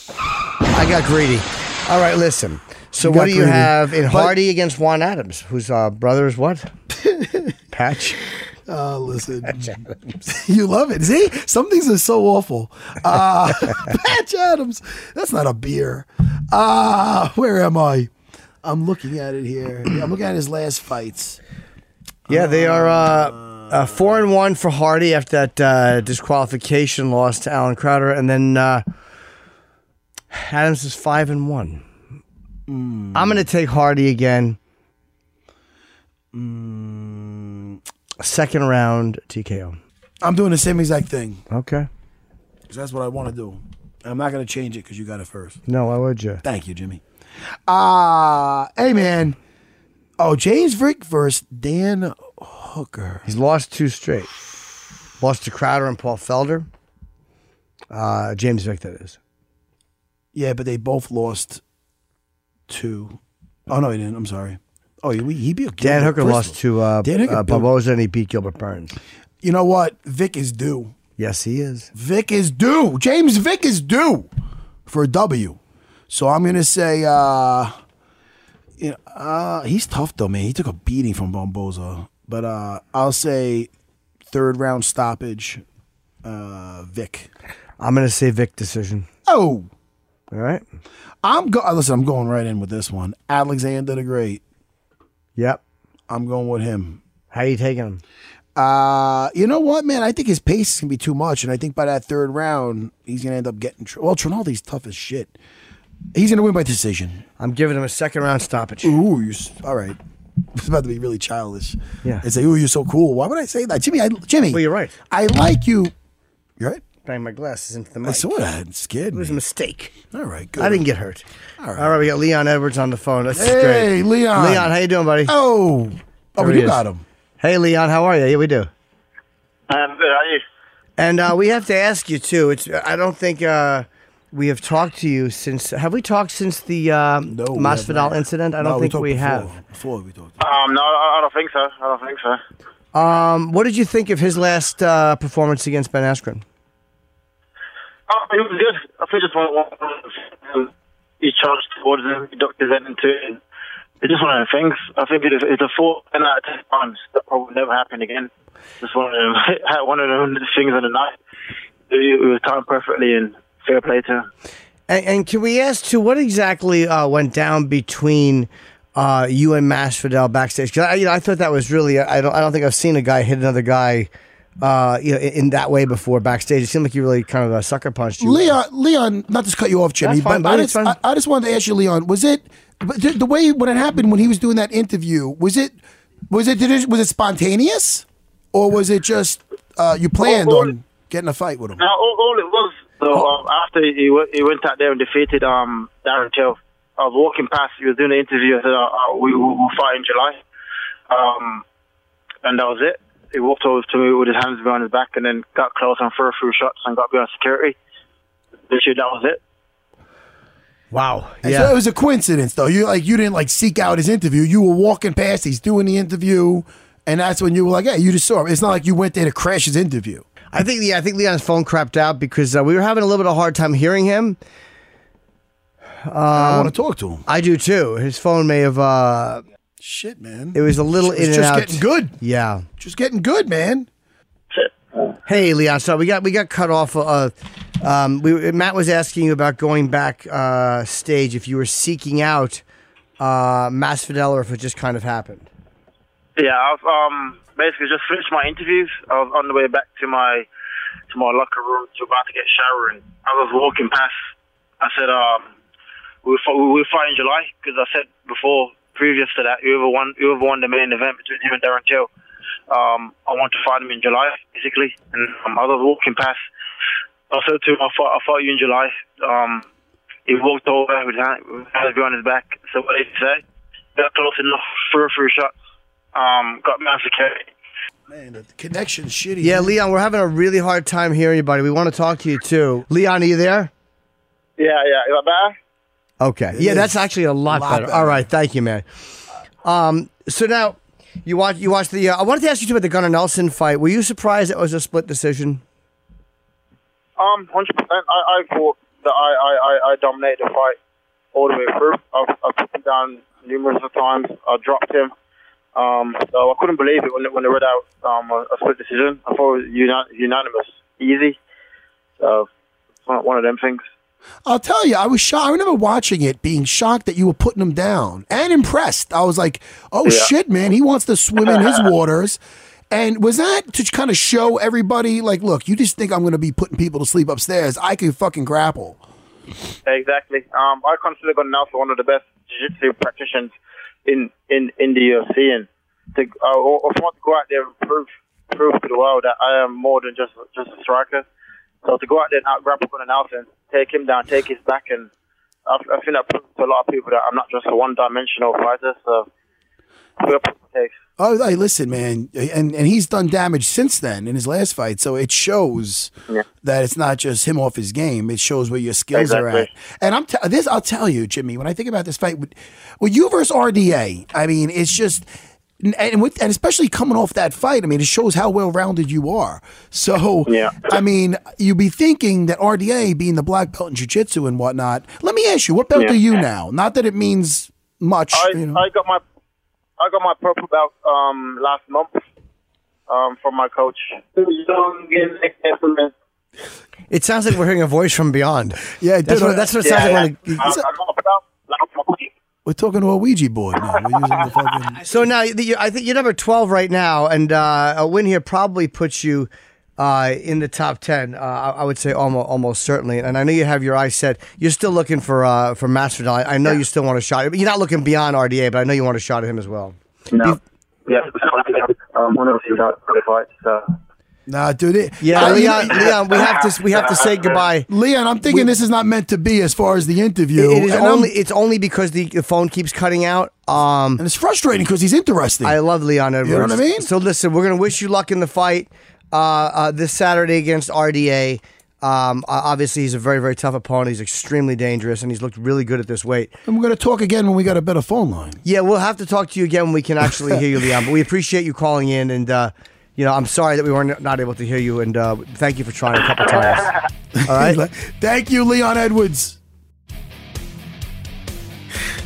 E: I got greedy. All right, listen. So
F: You
E: what
F: got
E: do you
F: greedy.
E: have in
F: But-
E: Hardy against Juan Adams, whose uh, brother is <laughs> what? Patch.
F: Oh, listen. <laughs> you love it. See, some things are so awful. Uh, <laughs> Patch Adams. That's not a beer. Uh, where am I? I'm looking at it here. I'm looking at his last fights.
E: Yeah, they are uh, uh, four and one for Hardy after that uh, disqualification loss to Alan Crowder, and then uh, Adams is five and one. I'm going to take Hardy again. Second round TKO.
F: Mm, I'm doing the same exact thing
E: Okay.
F: 'cause that's what I want to do. I'm not going to change it because you got it first.
E: No, why would you?
F: Thank you, Jimmy. Uh, hey, man. Oh, James Vick versus Dan Hooker.
E: He's lost two straight. Lost to Crowder and Paul Felder. Uh, James Vick, that is.
F: Yeah, but they both lost two. Oh, no, he didn't. I'm sorry. Oh, he, he beat
E: Dan Hooker
F: Bristol.
E: lost to uh,
F: Dan Hooker
E: uh,
F: built-
E: Barboza and he beat Gilbert Burns.
F: You know what? Vic is due.
E: Yes, he is.
F: Vic is due. James Vic is due for a W. So I'm gonna say, uh, you know, uh, he's tough though, man. He took a beating from Bomboza, but uh, I'll say third round stoppage, uh, Vic.
E: I'm going to say Vic decision.
F: Oh,
E: All right.
F: I'm go. Listen, I'm going right in with this one. Alexander the Great.
E: Yep.
F: I'm going with him.
E: How you taking him?
F: Uh, you know what, man? I think his pace is gonna be too much, and I think by that third round, he's gonna end up getting. Tr- well, Trinaldi's tough as shit. He's gonna win by decision.
E: I'm giving him a second round stoppage.
F: Ooh, you s- all right? <laughs> It's about to be really childish.
E: Yeah.
F: And say, "Ooh, you're so cool." Why would I say that, Jimmy? I, Jimmy.
E: Well, you're right.
F: I like you. You're right.
E: Bang my glasses into the mic.
F: I saw that. It scared
E: It was
F: me.
E: a mistake.
F: All right. Good.
E: I didn't get hurt. All right. we got Leon Edwards on the phone. That's
F: Hey,
E: great.
F: Leon.
E: Leon, how you doing, buddy?
F: Oh. Oh,
E: There
F: but
E: he
F: you
E: is.
F: got him.
E: Hey, Leon, how are you? Yeah, we do.
G: I'm good. How you?
E: And uh, we have to ask you too. It's I don't think uh, we have talked to you since. Have we talked since the uh,
F: No. we have
E: Masvidal
F: not.
E: incident? I
F: No,
E: don't think
F: talked
E: we
F: before.
E: have.
F: Before we talked.
G: Um, no, I I don't think so. I don't think so.
E: Um, what did you think of his last uh, performance against Ben Askren?
G: Oh, he was good. I think just one. one- He um, charged towards him. He ducked his head into it. And it's just one of the things. I think it is, it's a four and out of ten times that probably never happened again. Just one of them, <laughs> one of them things on the night. It was timed perfectly and fair play to him.
E: And, and can we ask too, what exactly uh, went down between uh, you and Masvidal backstage? Because I, you know, I thought that was really I don't I don't think I've seen a guy hit another guy uh, you know, in, in that way before backstage. It seemed like you really kind of uh, sucker punched you.
F: Leon, Leon, not to cut you off, Jimmy,
E: That's fine,
F: but I
E: buddy,
F: just,
E: it's
F: I,
E: fine.
F: I just wanted to ask you, Leon, was it but the, the way when it happened when he was doing that interview? Was it, was it, did it was it spontaneous, or was it just uh, you planned
G: Well,
F: on getting a fight with him?
G: No, all, all it was. So um, after he, w- he went out there and defeated um, Darren Till, I was walking past. He was doing an interview. I said, oh, uh, we, "We'll we'll fight in July," um, and that was it. He walked over to me with his hands behind his back, and then got close and threw a few shots and got behind security.
H: this year that was it.
E: Wow.
F: And So it was a coincidence, though. You like you didn't like seek out his interview. You were walking past. He's doing the interview, and that's when you were like, "Yeah, you just saw him." It's not like you went there to crash his interview.
E: I think yeah, I think Leon's phone crapped out because uh, we were having a little bit of a hard time hearing him. Um,
F: I want to talk to him.
E: I do too. His phone may have uh,
F: Shit, man.
E: it was a little in
F: it's
E: and
F: just
E: out.
F: getting good.
E: Yeah.
F: Just getting good, man.
E: Hey Leon, so we got we got cut off. Uh, um, we Matt was asking you about going back uh, stage if you were seeking out uh, Masvidal or if it just kind of happened.
H: Yeah, I've um basically just finished my interviews. I was on the way back to my to my locker room to about to get showering. I was walking past. I said, um, we'll fi- we'll fight in July because I said before, previous to that, whoever won whoever won the main event between him and Darren Till, um, I want to fight him in July basically. And um, I was walking past. I said to him, I fought I fought you in July. Um, he walked over with his hand with his hand behind his back. So what did he say? Got close enough for a few shots um, got massacred.
F: Man, the connection's shitty.
E: Yeah, Leon, we're having a really hard time hearing you, buddy. We want to talk to you too. Leon, are you there?
H: Yeah, yeah. Is that better?
E: Okay. yeah,
F: is.
E: that's actually a lot,
F: Lot
E: better.
F: better.
E: All right, thank you, man. Um, so now you watch you watch the. Uh, I wanted to ask you too about the Gunnar Nelson fight. Were you surprised it was a split decision?
H: Um, hundred percent. I, I thought that I, I, I, I dominated the fight all the way through. I, I put him down numerous of times. I dropped him. Um, so I couldn't believe it when it- when they read out um a, a split decision. I thought it was uni- unanimous, easy. So it's one one of them things.
F: I'll tell you, I was shocked. I remember watching it, being shocked that you were putting him down and impressed. I was like, oh shit, man, he wants to swim in his waters. And was that to kind of show everybody, like, look, you just think I'm going to be putting people to sleep upstairs? I can fucking grapple.
H: Exactly. Um, I consider Gunnar Nelson one of the best jiu-jitsu practitioners in in in the UFC, and to, uh, I, I want to go out there and prove prove to the world that I am more than just just a striker. So to go out there and out grapple Gunnar Nelson, take him down, take his back, and I, I think that proves to a lot of people that I'm not just a one-dimensional fighter. So, we'll put it takes.
F: Oh, hey, listen, man, and and he's done damage since then in his last fight, so it shows that it's not just him off his game. It shows where your skills are
H: Exactly.
F: at. And I'm t- this, I'll tell you, Jimmy. When I think about this fight, with, with you versus RDA, I mean, it's just. And and, with, and especially coming off that fight, I mean, it shows how well rounded you are. So,
H: Yeah.
F: I mean, you'd be thinking that RDA being the black belt in jiu-jitsu and whatnot. Let me ask you, what belt
H: Yeah.
F: are you now? Not that it means much.
H: I,
F: you know.
H: I got my I got my purple belt um, last month um, from my coach.
E: It sounds like we're hearing a voice from beyond.
F: Yeah, it
E: that's
F: did.
E: what, that's what it
H: Yeah,
E: sounds
H: yeah.
E: like.
H: Um,
E: When
H: I, I
E: it,
H: got a belt last month.
F: We're talking to a Ouija board now. We're using the fucking.
E: so now the- you- I think you're number twelve right now, and uh, a win here probably puts you uh, in the top ten. Uh, I, I would say almost almost certainly. And I know you have your eyes set. You're still looking for uh, for Masvidal. I know you still want a shot. You're not looking beyond RDA, but I know you want a shot at him as well.
H: No. Yeah, um, one of uh, you got qualified, so.
F: Nah, dude. It,
E: Yeah,
F: I-
E: Leon, Leon, we have to we have to say goodbye.
F: Leon, I'm thinking this is not meant to be as far as the interview.
E: It is
F: and, I'm-
E: only it's only because the, the phone keeps cutting out. Um,
F: and it's frustrating because he's interesting.
E: I love Leon Edwards.
F: know what I mean?
E: So listen, we're gonna wish you luck in the fight uh, uh, this Saturday against RDA. Um, uh, obviously, he's a very very tough opponent. He's extremely dangerous, and he's looked really good at this weight.
F: and we're going to talk again when we got a better phone line.
E: Yeah, we'll have to talk to you again when we can actually hear you, Leon. But we appreciate you calling in, and uh, you know, I'm sorry that we weren't not able to hear you, and uh, thank you for trying a couple times.
F: All <laughs> right. Thank you, Leon Edwards.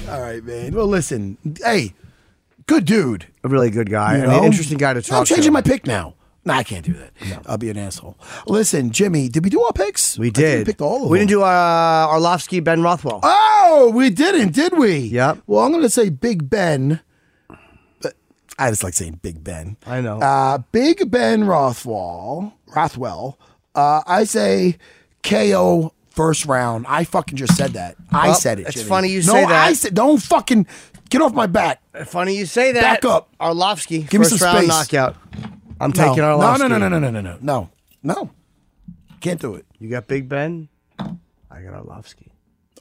F: All right, man. Well, listen. Hey, good dude.
E: A really good guy,
F: you
E: and an
F: know?
E: interesting guy to talk.
F: I'm changing
E: to.
F: my pick now. No, I can't do that. I'll be an asshole. Listen, Jimmy, did we do our picks?
E: We
F: I think
E: did.
F: We picked all of
E: we
F: them.
E: didn't do uh, Arlovsky, Ben Rothwell.
F: Oh, we didn't, did we?
E: Yep.
F: Well, I'm going to say Big Ben. But I just like saying Big Ben.
E: I know.
F: Uh, Big Ben Rothwell. Rothwell. Uh, I say KO first round. I fucking just said that. I
E: Well,
F: said it.
E: it's
F: Jimmy.
E: funny you
F: no,
E: say that.
F: I said don't fucking get off my back.
E: Funny you say that.
F: Uh, Back up.
E: Arlovsky.
F: Give me
E: first
F: some
E: round
F: space.
E: knockout. I'm
F: No.
E: taking
F: no,
E: Arlovsky.
F: no, no, no, no, no, no, no, no, no. Can't do it.
E: You got Big Ben. I got Arlovsky.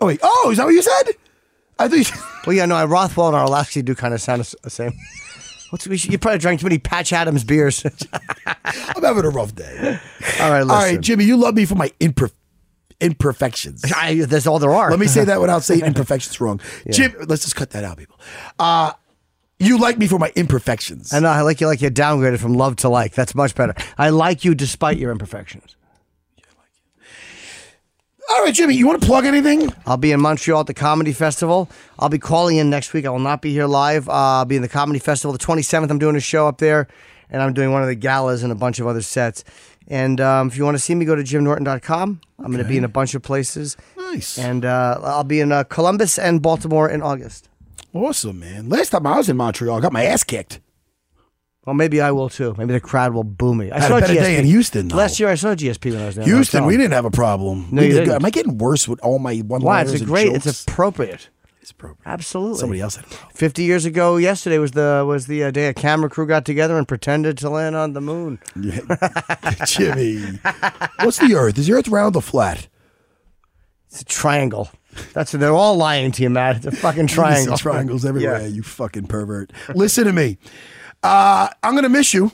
F: Oh wait. Oh, is that what you said? I thought. You-
E: Well, yeah, no, I Rothwell and Arlovsky do kind of sound the s- the same. <laughs> What's, we should, you probably drank too many Patch Adams beers. <laughs> All
F: <laughs> I'm having a rough day.
E: right, listen.
F: All right, Jimmy, you love me for my imper- imperfections.
E: <laughs> I, that's all there are.
F: Let me
E: <laughs>
F: say that without saying imperfections wrong. Jim, let's just cut that out, people. Uh, you like me for my imperfections.
E: I know. I like you. Like you downgraded from love to like. That's much better. I like you despite your imperfections.
F: All right, Jimmy, you want to plug anything?
E: I'll be in Montreal at the Comedy Festival. I'll be calling in next week. I will not be here live. Uh, I'll be in the Comedy Festival the 27th. I'm doing a show up there, and I'm doing one of the galas and a bunch of other sets. And um, if you want to see me, go to jimnorton.com. I'm going to be in a bunch of places.
F: Nice.
E: And uh, I'll be in uh, Columbus and Baltimore in August.
F: Awesome, man. Last time I was in Montreal, I got my ass kicked.
E: Well, maybe I will too. Maybe the crowd will boo me. I
F: Had a better day in Houston, though.
E: Last year, I saw GSP when I was down there. I
F: Houston,
E: saw
F: we
E: him.
F: didn't have a problem.
E: No,
F: We
E: you
F: did
E: didn't.
F: good. Am I getting worse with all my one
E: Why?
F: liners?
E: It's a great.
F: Jokes?
E: It's appropriate.
F: It's appropriate.
E: Absolutely.
F: Somebody else had a problem.
E: 50 years ago yesterday was the was the uh, day a camera crew got together and pretended to land on the moon. <laughs>
F: Jimmy, what's the Earth? Is the Earth round or flat?
E: It's a triangle. That's they're all lying to you, Matt. It's a fucking
F: You
E: triangle.
F: see triangles everywhere.
E: <laughs> Yeah.
F: You fucking pervert. Listen to me. Uh, I'm gonna miss you,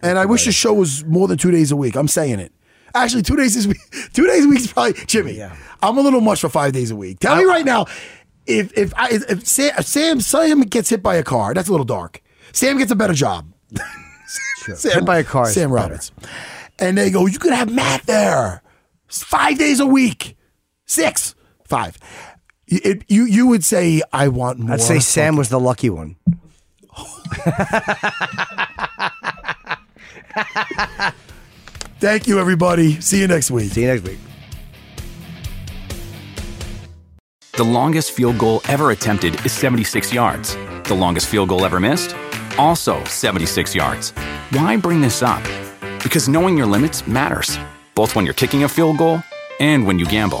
F: and I wish the show was more than two days a week. I'm saying it. Actually, two days is <laughs> two days a week is probably Jimmy. I'm a little much for five days a week. Tell me right now, if if I if Sam, if Sam Sam gets hit by a car, that's a little dark. Sam gets a better job. <laughs> Sam,
E: Hit by a car is
F: Sam
E: better.
F: Roberts, and they go, you could have Matt there, It's five days a week, six, five. You- It, you you would say I want more.
E: I'd say Sam was the lucky one.
F: Thank you, everybody. See you next week.
E: See you next week.
I: The longest field goal ever attempted is 76 yards. The longest field goal ever missed? Also 76 yards. Why bring this up? Because knowing your limits matters, both when you're kicking a field goal and when you gamble.